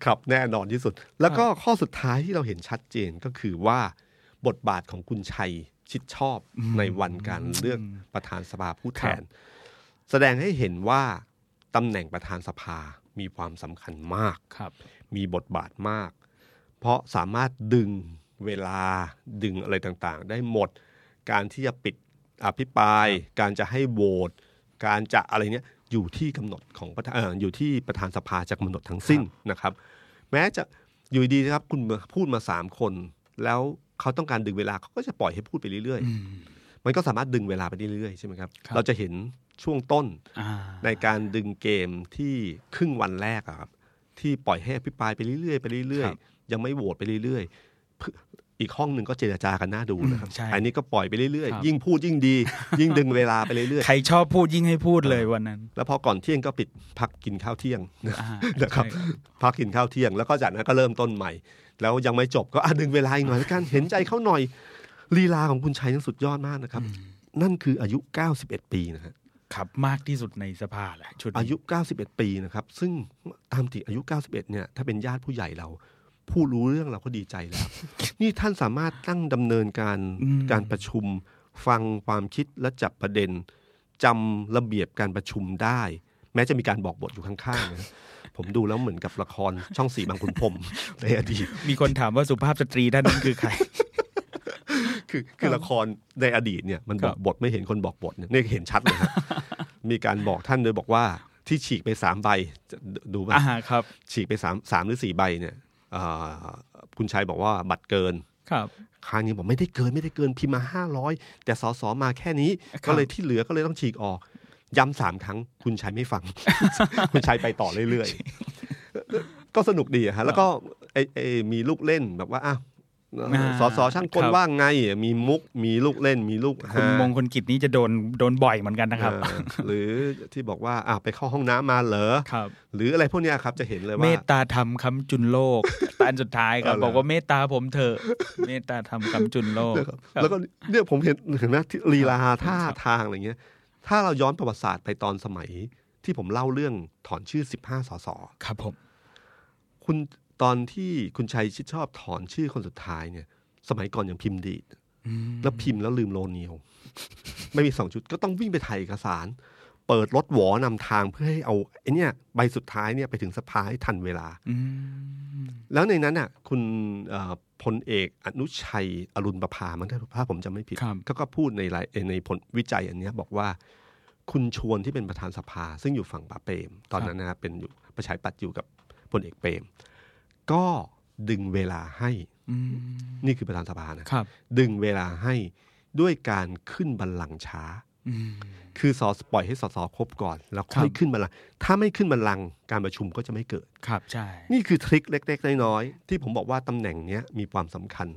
B: ครับแน่นอนที่สุด แล้วก็ข้อสุดท้ายที่เราเห็นชัดเจนก็คือว่าบทบาทของคุณชัยชิดชอบในวันการเลือกประธานสภาผู้แทน แสดงให้เห็นว่าตำแหน่งประธานสภามีความส [laughs] ำคัญมาก
C: ครับ
B: มีบทบาทมาก เพราะสามารถดึงเวลาดึงอะไรต่างๆ ได้หมด การที่จะปิดอภิปราย การจะให้โหวตการจะอะไรเนี้ยอยู่ที่กำหนดของประธานเอ่ออยู่ที่ประธานสภาจะกำหนดทั้งสิ้นนะครับ แม้จะอยู่ดีๆนะครับคุณพูดมาสามคน แล้วเขาต้องการดึงเวลาเขาก็จะปล่อยให้พูดไปเรื่อยๆ มันก็สามารถดึงเวลาไปเรื่อยๆใช่ไหมครับ
C: ครับ
B: เราจะเห็นช่วงต้น
C: อ่า
B: ในการดึงเกมที่ครึ่งวันแรกอะครับ ที่ปล่อยให้อภิปรายไปเรื่อยๆไปเรื่อย
C: ครับ
B: ๆ ยังไม่โหวตไปเรื่อยๆเพื่ออีกห้องหนึ่งก็เจรจากันหน้าดูนะครับ
C: อืมใช่
B: อันนี้ก็ปล่อยไปเรื่อย
C: ครับ
B: ๆ ยิ่งพูดยิ่ง
C: [laughs]
B: ดี ยิ่งดึงเวลาไปเรื่อย
C: ใครชอบพูดยิ่งให้พูดเลยวันนั้น
B: ๆ แล้วพอก่อนเที่ยงก็ปิดพักกินข้าวเที่ยง [laughs]
C: อ่า
B: นะครับ
C: ใช่
B: พักกินข้าวเที่ยง แล้วก็จากนั้นก็เริ่มต้นใหม่ แล้วยังไม่จบก็อ่ะดึงเวลาอีกหน่อยแล้วกัน เห็นใจเขาหน่อยลีลาของคุณชัยนั้นสุดยอดมากนะครับ นั่นคืออายุ 91 ปีนะฮะ
C: ครับมากที่สุดในสภาแหละชุดนี้
B: อายุ 91 ปีนะครับ ซึ่งตามติอายุ 91 เนี่ยถ้าเป็นญาติผู้ใหญ่เรา ผู้รู้เรื่องเราก็ดีใจแล้ว [laughs] นี่ท่านสามารถตั้งดำเนินการการประชุม ฟังความคิดและจับประเด็นจำระเบียบการประชุมได้ แม้จะมีการบอกบทอยู่ข้างๆนะ [laughs] ผมดูแล้วเหมือนกับละครช่องสีบางขุนพรหม [laughs] ในอดีต
C: มีคนถามว่าสุภาพสตรีท่านนั้นคือ
B: [laughs]
C: ใคร
B: คือคือละครในอดีตเนี่ยมัน
C: ค
B: บ
C: รั
B: อบ กบทไม่เห็นคนบอกบทเนี่ยนี่เห็นชัดเลยครับ มีการบอกท่านโดยบอกว่าที่ฉีกไปสามใบจะดูไหม
C: อ่าครับ
B: ฉีกไปสามสามหรือสี่ใบเนี่ยเอ่อคุณชัยบอกว่าบัตรเกิน
C: ครับ
B: ครั้งนี้บอกไม่ได้เกินไม่ได้เกินพิมพ์มาห้าร้อยแต่สสมาแค่นี้
C: ครับ
B: ก็เลยที่เหลือก็เลยต้องฉีกออก ย้ำสามครั้ง คุณชัยไม่ฟัง [laughs] คุณชัยไปต่อเรื่อยๆ ก็สนุกดีอะฮะแล้วก็ไอ้ไอ้มีลูกเล่นแบบว่าอ้าว
C: อ่า
B: สสช่างก
C: ค
B: ล
C: รับ
B: ว่าไง มีมุกมีลูกเล่นมีลูก
C: คุณ
B: ฮาม
C: งคลกิจนี่จะโดนโดนบ่อยเหมือนกันนะครับ
B: เออหรือที่บอกว่าอ่ะไปเข้าห้องน้ำมาเหรอ
C: ครับ
B: หรืออะไรพวกเนี้ยครับจะเห็นเลย
C: เม
B: ว่า
C: ตตาธรรมคำจุนโลกแต่อันสุดท้ายครับ
B: เอาเหรอ
C: บอกว่าเมตตาผมเถอะเมตตาธรรมคำจุนโลก
B: นะครับแล้วก็เนี่ยผมเห็นเห็นไหมที่ลีลาท่าทางอะไรเงี้ย ถ้าเราย้อนประวัติศาสตร์ไปตอนสมัย ที่ผมเล่าเรื่องถอนชื่อ 15สส
C: ครับผม
B: คุณตอนที่คุณชัยชิดชอบถอนชื่อคนสุดท้ายเนี่ย สมัยก่อนยังพิมพ์ดีดแล้วพิมพ์แล้วลืมโลเนียว [laughs] ไม่มีสองชุดก็ต้องวิ่งไปถ่ายเอกสาร เปิดรถหวอนำทางเพื่อให้เอาไอ้เนี่ยใบสุดท้ายเนี่ยไปถึงสภาให้ทันเวลา
C: อืม
B: แล้วในนั้นอ่ะคุณเอ่อพลเอกอนุชัยอรุณประภามั้งถ้าถ้าผมจำไม่ผิด
C: ครับ
B: เขาก็พูดในรายในผลวิจัยอันเนี้ยบอกว่า คุณชวนที่เป็นประธานสภา ซึ่งอยู่ฝั่งป๋าเปรม ตอนนั้นนะครับเป็นอยู่ประชาธิปัตย์อยู่กับพลเอกเปรม ก็ดึงเวลาให้
C: อืม
B: นี่คือประธานสภานะครับ ดึงเวลาให้ด้วยการขึ้นบัลลังก์ช้า
C: อืม
B: คือสอปล่อยให้สสครบก่อน แล้วค่อย
C: ครับ
B: ขึ้นบัลลังก์ถ้าไม่ขึ้นบัลลังก์การประชุมก็จะไม่เกิด
C: ครับใช่
B: นี่คือทริคเล็ก ๆ น้อยๆที่ผมบอกว่าตำแหน่งเนี้ยมีความสำคัญ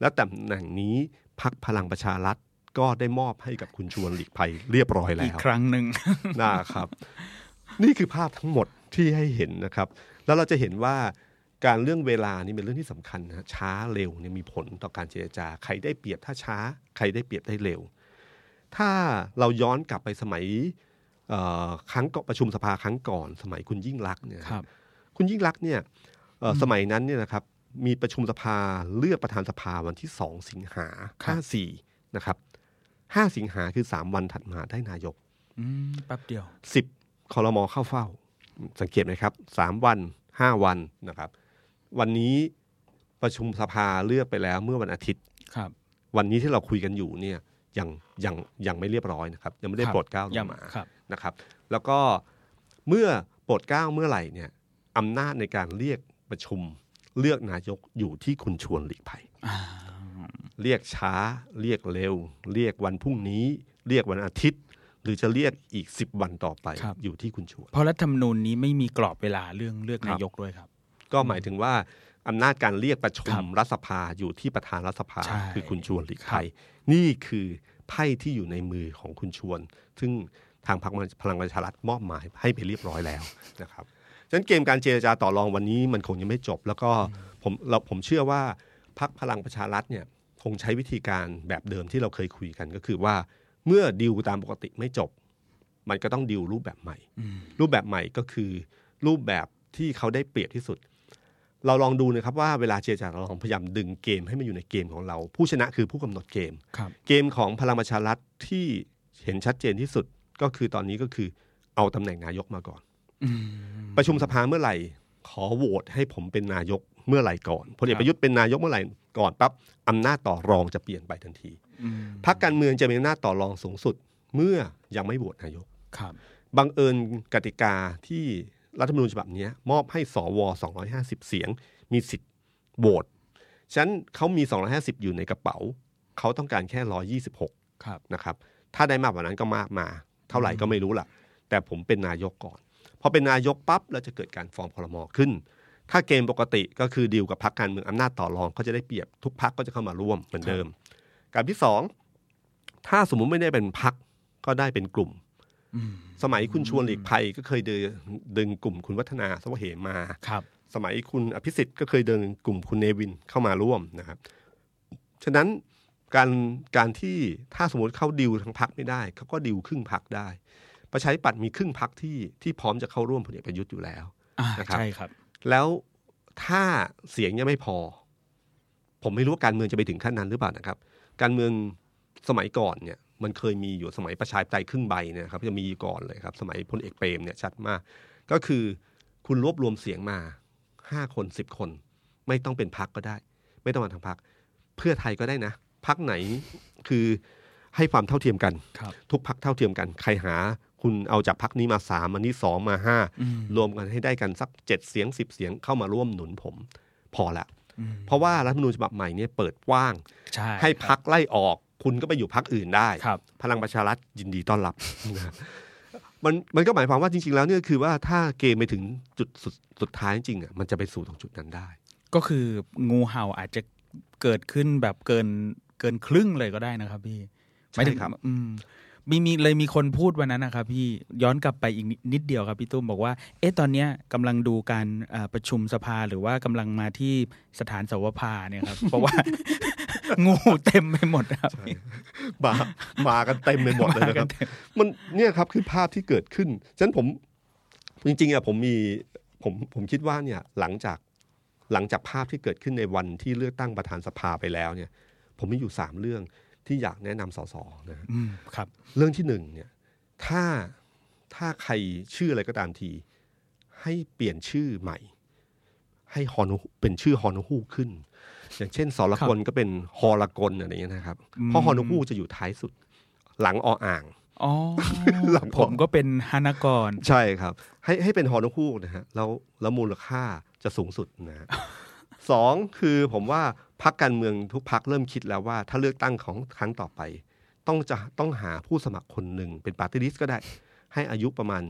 B: และตำแหน่งนี้พักพลังประชารัฐก็ได้มอบให้กับคุณชวนหลีกภัยเรียบร้อยแล้
C: อีก
B: ว
C: ครั้งหนึ่ง
B: นะครับ นี่คือภาพทั้งหมดที่ให้เห็นนะครับ แล้วเราจะเห็นว่าการเรื่องเวลานี่เป็นเรื่องที่สำคัญนะช้าเร็วเนี่ยมีผลต่อการเจรจา ใครได้เปรียบถ้าช้า ใครได้เปรียบได้เร็ว ถ้าเราย้อนกลับไปสมัยเอ่อครั้งก่อนประชุมสภาครั้งก่อน สมัยคุณยิ่งรักษณ์เนี่ย
C: ครับ
B: คุณยิ่งรักษณ์เนี่ยเอ่ออสมัยนั้นเนี่ยนะครับมีประชุมสภาเลือกประธานสภาวันที่สองสิงหา
C: ครับ
B: ห้าสี่นะครับห้าสิงหาคือสามวันถัดมาได้นายก
C: อืมแป๊บเดียว
B: สิบคอรมอเข้าเฝ้า สังเกตไหมครับสามวันห้าวันนะครับวันนี้ประชุมสภาเลือกไปแล้วเมื่อวันอาทิตย์
C: ครับ
B: วันนี้ที่เราคุยกันอยู่เนี่ยยังยังยังไม่เรียบร้อยนะครับยังไม่ได้
C: ครับ
B: โปรดเกล้าลง
C: ย่ำ
B: มา
C: ครับ
B: นะครับแล้วก็เมื่อโปรดเกล้าเมื่อไหร่เนี่ยอำนาจในการเรียกประชุม เลือกนายกอยู่ที่คุณชวนหลีกภัย
C: อ่า
B: เรียกช้าเรียกเร็ว เรียกวันพรุ่งนี้ เรียกวันอาทิตย์ หรือจะเรียกอีก 10 วันต่อไป อยู่ที่คุณชวน
C: เพราะรัฐธรรมนูญนี้ไม่มีกรอบเวลาเรื่องเลือก
B: ครับ
C: นายกด้วยครับ
B: ก็หมายถึงว่าอำนาจการเรียกประชุ
C: ค
B: ม
C: รับ
B: รัฐสภาอยู่ที่ประธานรัฐสภา
C: ใช่
B: คือคุณชวนหลีกภัยนี่คือไพ่ที่อยู่ในมือของคุณชวน ซึ่งทางพรรคพลังประชารัฐมอบหมายให้ไปเรียบร้อยแล้วนะครับฉะนั้นเกมการเจรจาต่อรองวันนี้มันคงยังไม่จบ แล้วก็ผมเราผมเชื่อว่าพรรคพลังประชารัฐเนี่ยคงใช้วิธีการแบบเดิมที่เราเคยคุยกันก็คือว่าเมื่อดิวตามปกติไม่จบ มันก็ต้องดิวรูปแบบใหม่
C: อืม
B: รูปแบบใหม่ก็คือรูปแบบที่เขาได้เปรียบที่สุด เราลองดูนะครับว่าเวลาเจรจาเราลองพยายามดึงเกมให้มันอยู่ในเกมของเรา ผู้ชนะคือผู้กำหนดเกม
C: ครับ
B: เกมของพลังประชารัฐที่เห็นชัดเจนที่สุดก็คือตอนนี้ก็คือเอาตำแหน่งนายกมาก่อน
C: อืม
B: ประชุมสภาเมื่อไหร่ ขอโหวตให้ผมเป็นนายกเมื่อไหร่ก่อนพลเอกประยุทธ์เป็นนายกเมื่อไหร่ก่อนปั๊บอำนาจต่อรองจะเปลี่ยนไปทันที
C: อืม
B: พรรคการเมืองจะมีอำนาจต่อรองสูงสุด เมื่อยังไม่โหวตนายก
C: ครับ
B: บังเอิญกติกาที่รัฐธรรมนูญฉบับเนี้ยมอบให้สว 250 เสียง มีสิทธิ์โหวตฉะนั้นเขามี 250 อยู่ในกระเป๋า เขาต้องการแค่ 126
C: ครับ
B: นะครับ ถ้าได้มากกว่านั้นก็มากมา เท่าไหร่ก็ไม่รู้ล่ะ แต่ผมเป็นนายกก่อน พอเป็นนายกปั๊บเราจะเกิดการฟอร์มครมขึ้น ถ้าเกมปกติก็คือดีลกับพรรคการเมืองอำนาจต่อรองเขาจะได้เปรียบทุกพรรคก็จะเข้ามาร่วมเหมือนเดิม กับที่สองถ้าสมมุติไม่ได้เป็นพรรคก็ได้เป็นกลุ่ม
C: อืม
B: สมัยคุณชวนหลีกภัยก็เคยเดินดึงกลุ่มคุณวัฒนาสวเหมมา
C: ครับ
B: สมัยคุณอภิสิทธิ์ก็เคยเดินกลุ่มคุณเนวินเข้ามาร่วมนะครับ ฉะนั้น การการที่ถ้าสมมติเขาดิวทั้งพักไม่ได้เขาก็ดิวครึ่งพักได้ ประชาธิปัตย์มีครึ่งพักที่ที่พร้อมจะเข้าร่วมพลเอกประยุทธ์อยู่แล้ว
C: อ่า
B: นะครับ
C: ใช่ครับ
B: แล้วถ้าเสียงยังไม่พอ ผมไม่รู้ว่าการเมืองจะไปถึงขั้นนั้นหรือเปล่านะครับ การเมืองสมัยก่อนเนี่ยมันเคยมีอยู่สมัยประชาธิปไตยครึ่งใบเนยครับจะมีก่อนเลยครับ สมัยพลเอกเปรมเนี่ยชัดมาก ก็คือคุณรวบรวมเสียงมาห้าคนสิบคน ไม่ต้องเป็นพักก็ได้ ไม่ต้องมาทางพักเพื่อไทยก็ได้นะพักไหนคือให้ความเท่าเทียมกัน
C: ครับ
B: ทุกพักเท่าเทียมกัน ใครหา คุณเอาจากพักนี้มาสามอันนี้สองมาห้า
C: อืม
B: รวมกันให้ได้กันสักเจ็ดเสียงสิบเสียงเข้ามาร่วมหนุนผม พอละ
C: อืม
B: เพราะว่ารัฐธรรมนูญฉบับใหม่เนี่ยเปิดกว้าง
C: ใช่
B: ให้พักไล่ออก คุณก็ไปอยู่พักอื่นได้
C: ครับ
B: พลังประชารัฐยินดีต้อนรับ นะมันมันก็หมายความว่าจริง ๆ แล้วเนี่ยคือว่าถ้าเกมไปถึงจุดสุดสุดท้ายจริงๆอ่ะมันจะไปสู่ตรงจุดนั้นได้
C: ก็คืองูเห่าอาจจะเกิดขึ้นแบบเกินเกินครึ่งเลยก็ได้นะครับพี่
B: ใช่
C: หมายถึง
B: ครับ
C: อืมมีมีเลยมีคนพูดวันนั้นนะครับพี่ย้อนกลับไปอีกนิดนิดเดียวครับพี่ตุ้มบอกว่า เอ๊ะตอนเนี้ยกำลังดูการเอ่อประชุมสภาหรือว่ากำลังมาที่สถานสวภาเนี่ยครับ [laughs] เพราะว่า งูเต็มไปหมดนะครับพี่
B: มามากันเต็มไปหมดเลย
C: มา
B: นะค
C: กั
B: รับ
C: นเต็ม
B: มันเนี่ยครับคือภาพที่เกิดขึ้น ฉะนั้นผมจริงๆอะผมมีผมผมคิดว่าเนี่ยหลังจากหลังจากภาพที่เกิดขึ้นในวันที่เลือกตั้งประธานสภาไปแล้วเนี่ย ผมมีอยู่สามเรื่องที่อยากแนะนำสสนะฮะ
C: อืมครับ
B: เรื่องที่หนึ่งเนี่ยถ้าถ้าใครชื่ออะไรก็ตามที ให้เปลี่ยนชื่อใหม่ ให้ฮอนเป็นชื่อฮอนฮูกขึ้น อย่างเช่นสรกลก็เป็นฮอลกลอะไรอย่างเงี้ยนะครับเพราะฮอนฮูกจะอยู่ท้ายสุด หลังออ่าง
C: อ๋อ
B: หลัง
C: ผมก็เป็นฮานากร
B: ใช่ครับ ให้ให้เป็นฮอนกฮูกนะฮะแล้วแล้วมูลค่าจะสูงสุดนะ [laughs] ฮะ สองคือผมว่าพักการเมืองทุกพักเริ่มคิดแล้วว่า ถ้าเลือกตั้งของครั้งต่อไป ต้องจะต้องหาผู้สมัครคนหนึ่งเป็นปาร์ตี้ลิสก็ได้ ให้อายุประมาณ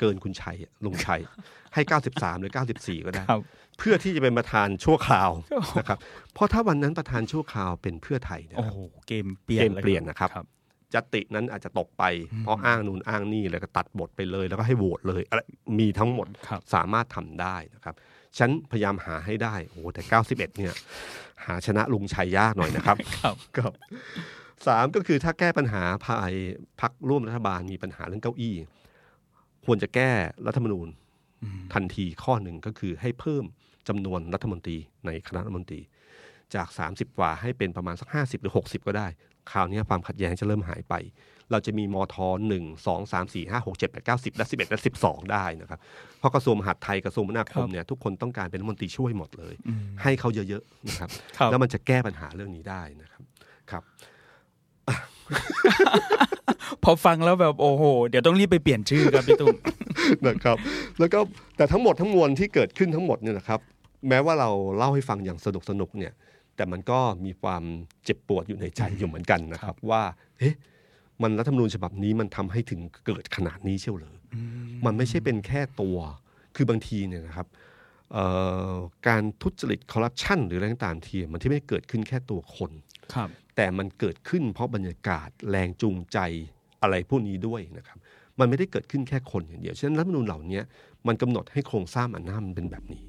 B: เกินคุณชัยอะลุงชัย [laughs] ให้ 93 หรือ 94 ก็ได้
C: ครับ
B: เพื่อที่จะเป็นประธานชั่วค
C: [laughs]
B: ราวนะครับเพราะถ้าวันนั้นประธานชั่วคราวเป็นเพื่อไทยนะ
C: โอ้
B: ครับ
C: โหเกมเปลี่ยน
B: เกมเปลี่ยนนะครับ
C: ครับ
B: ยตตินั้นอาจจะตกไปเพราะอ้างนู่นอ้างนี่แล้วก็ตัดบทไปเลย แล้วก็ให้โหวตเลยอะไรมีทั้งหมด
C: ครับ
B: สามารถทำได้นะครับ ฉันพยายามหาให้ได้ โอ้โหแต่ 91 เนี่ย หาชนะลุงชัยยากหน่อยนะครับ
C: ครับ
B: ครับ [laughs] สามก็คือถ้าแก้ปัญหาภายพักร่วมรัฐบาลมีปัญหาเรื่องเก้าอี้ ควรจะแก้รัฐธรรมนูญ
C: อืม
B: ทันทีข้อหนึ่งก็คือให้เพิ่มจำนวนรัฐมนตรีในคณะรัฐมนตรี จาก 30 กว่าให้เป็นประมาณสัก 50 หรือ 60 ก็ได้ คราวนี้ความขัดแย้งจะเริ่มหายไป เราจะมีมทหนึ่งสองสามสี่ห้าหกเจ็ดแปดเก้าสิบและสิบเอ็ดและสิบสองได้นะครับ เพราะกระทรวงมหาดไทยกระทรวงมนาคมเนี่ยทุกคนต้องการเป็นรัฐมนตรีช่วยหมดเลย
C: อืม
B: ให้เขาเยอะๆนะครับ
C: ครับ
B: แล้วมันจะแก้ปัญหาเรื่องนี้ได้นะครับ ครับ
C: พอฟังแล้วแบบโอ้โห เดี๋ยวต้องรีบไปเปลี่ยนชื่อครับพี่ตุ้ม
B: [laughs] นะครับ แล้วก็แต่ทั้งหมดทั้งมวลที่เกิดขึ้นทั้งหมดเนี่ยนะครับ แม้ว่าเราเล่าให้ฟังอย่างสนุกสนุกๆเนี่ย แต่มันก็มีความเจ็บปวดอยู่ในใจอยู่เหมือนกันนะครับ ว่าเฮ้มันรัฐธรรมนูญฉบับนี้มันทำให้ถึงเกิดขนาดนี้เชียวเหรออมันไม่ใช่เป็นแค่ตัว คือบางทีเนี่ยนะครับเอ่อการทุจริตคอร์รัปชันหรืออะไรต่างๆทีมันที่ไม่ได้เกิดขึ้นแค่ตัวคน
C: ครับ
B: แต่มันเกิดขึ้นเพราะบรรยากาศแรงจูงใจอะไรพวกนี้ด้วยนะครับ มันไม่ได้เกิดขึ้นแค่คนอย่างเดียวฉะนั้นรัฐธรรมนูญเหล่านี้มันกำหนดให้โครงสร้างอำนาจมันเป็นแบบนี้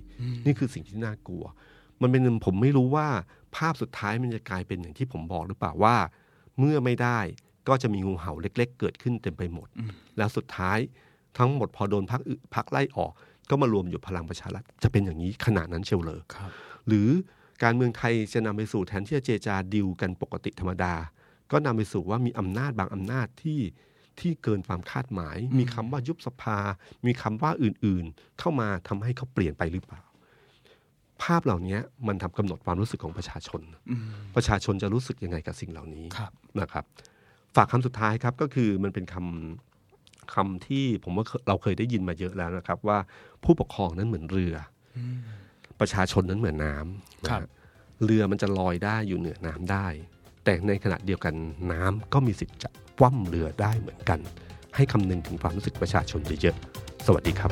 B: นี่คือสิ่งที่น่ากลัว มันเป็นผมไม่รู้ว่าภาพสุดท้ายมันจะกลายเป็นอย่างที่ผมบอกหรือเปล่าว่า เมื่อไม่ได้ก็จะมีงูเห่าเล็ก ๆ เกิดขึ้นเต็มไปหมด แล้วสุดท้ายทั้งหมดพอโดนพักพักไล่ออก ก็มารวมอยู่พลังประชารัฐจะเป็นอย่างนี้ขนาดนั้นเชียวเหรอ
C: ครับ
B: หรือการเมืองไทยจะนำไปสู่แทนที่จะเจรจาดิวกันปกติธรรมดา ก็นำไปสู่ว่ามีอำนาจบางอำนาจที่ที่เกินความคาดหมาย มีคำว่ายุบสภา มีคำว่าอื่นๆ เข้ามาทำให้เขาเปลี่ยนไปหรือเปล่า ภาพเหล่านี้มันทำกำหนดความรู้สึกของประชาชน
C: อืม
B: ประชาชนจะรู้สึกยังไงกับสิ่งเหล่านี้
C: ครับ
B: นะครับฝากคำสุดท้ายครับก็คือมันเป็นคำคำที่ผมว่าเคเราเคยได้ยินมาเยอะแล้วนะครับ ว่าผู้ปกครองนั้นเหมือนเรืออประชาชนนั้นเหมือนน้ำนะฮะเรือมันจะลอยได้อยู่เหนือน้ำได้ แต่ในขณะเดียวกันน้ำก็มีสิทธิ์จะคว่ำเรือได้เหมือนกัน ให้คำนึงถึงความรู้สึกประชาชนเยอะๆสวัสดีครับ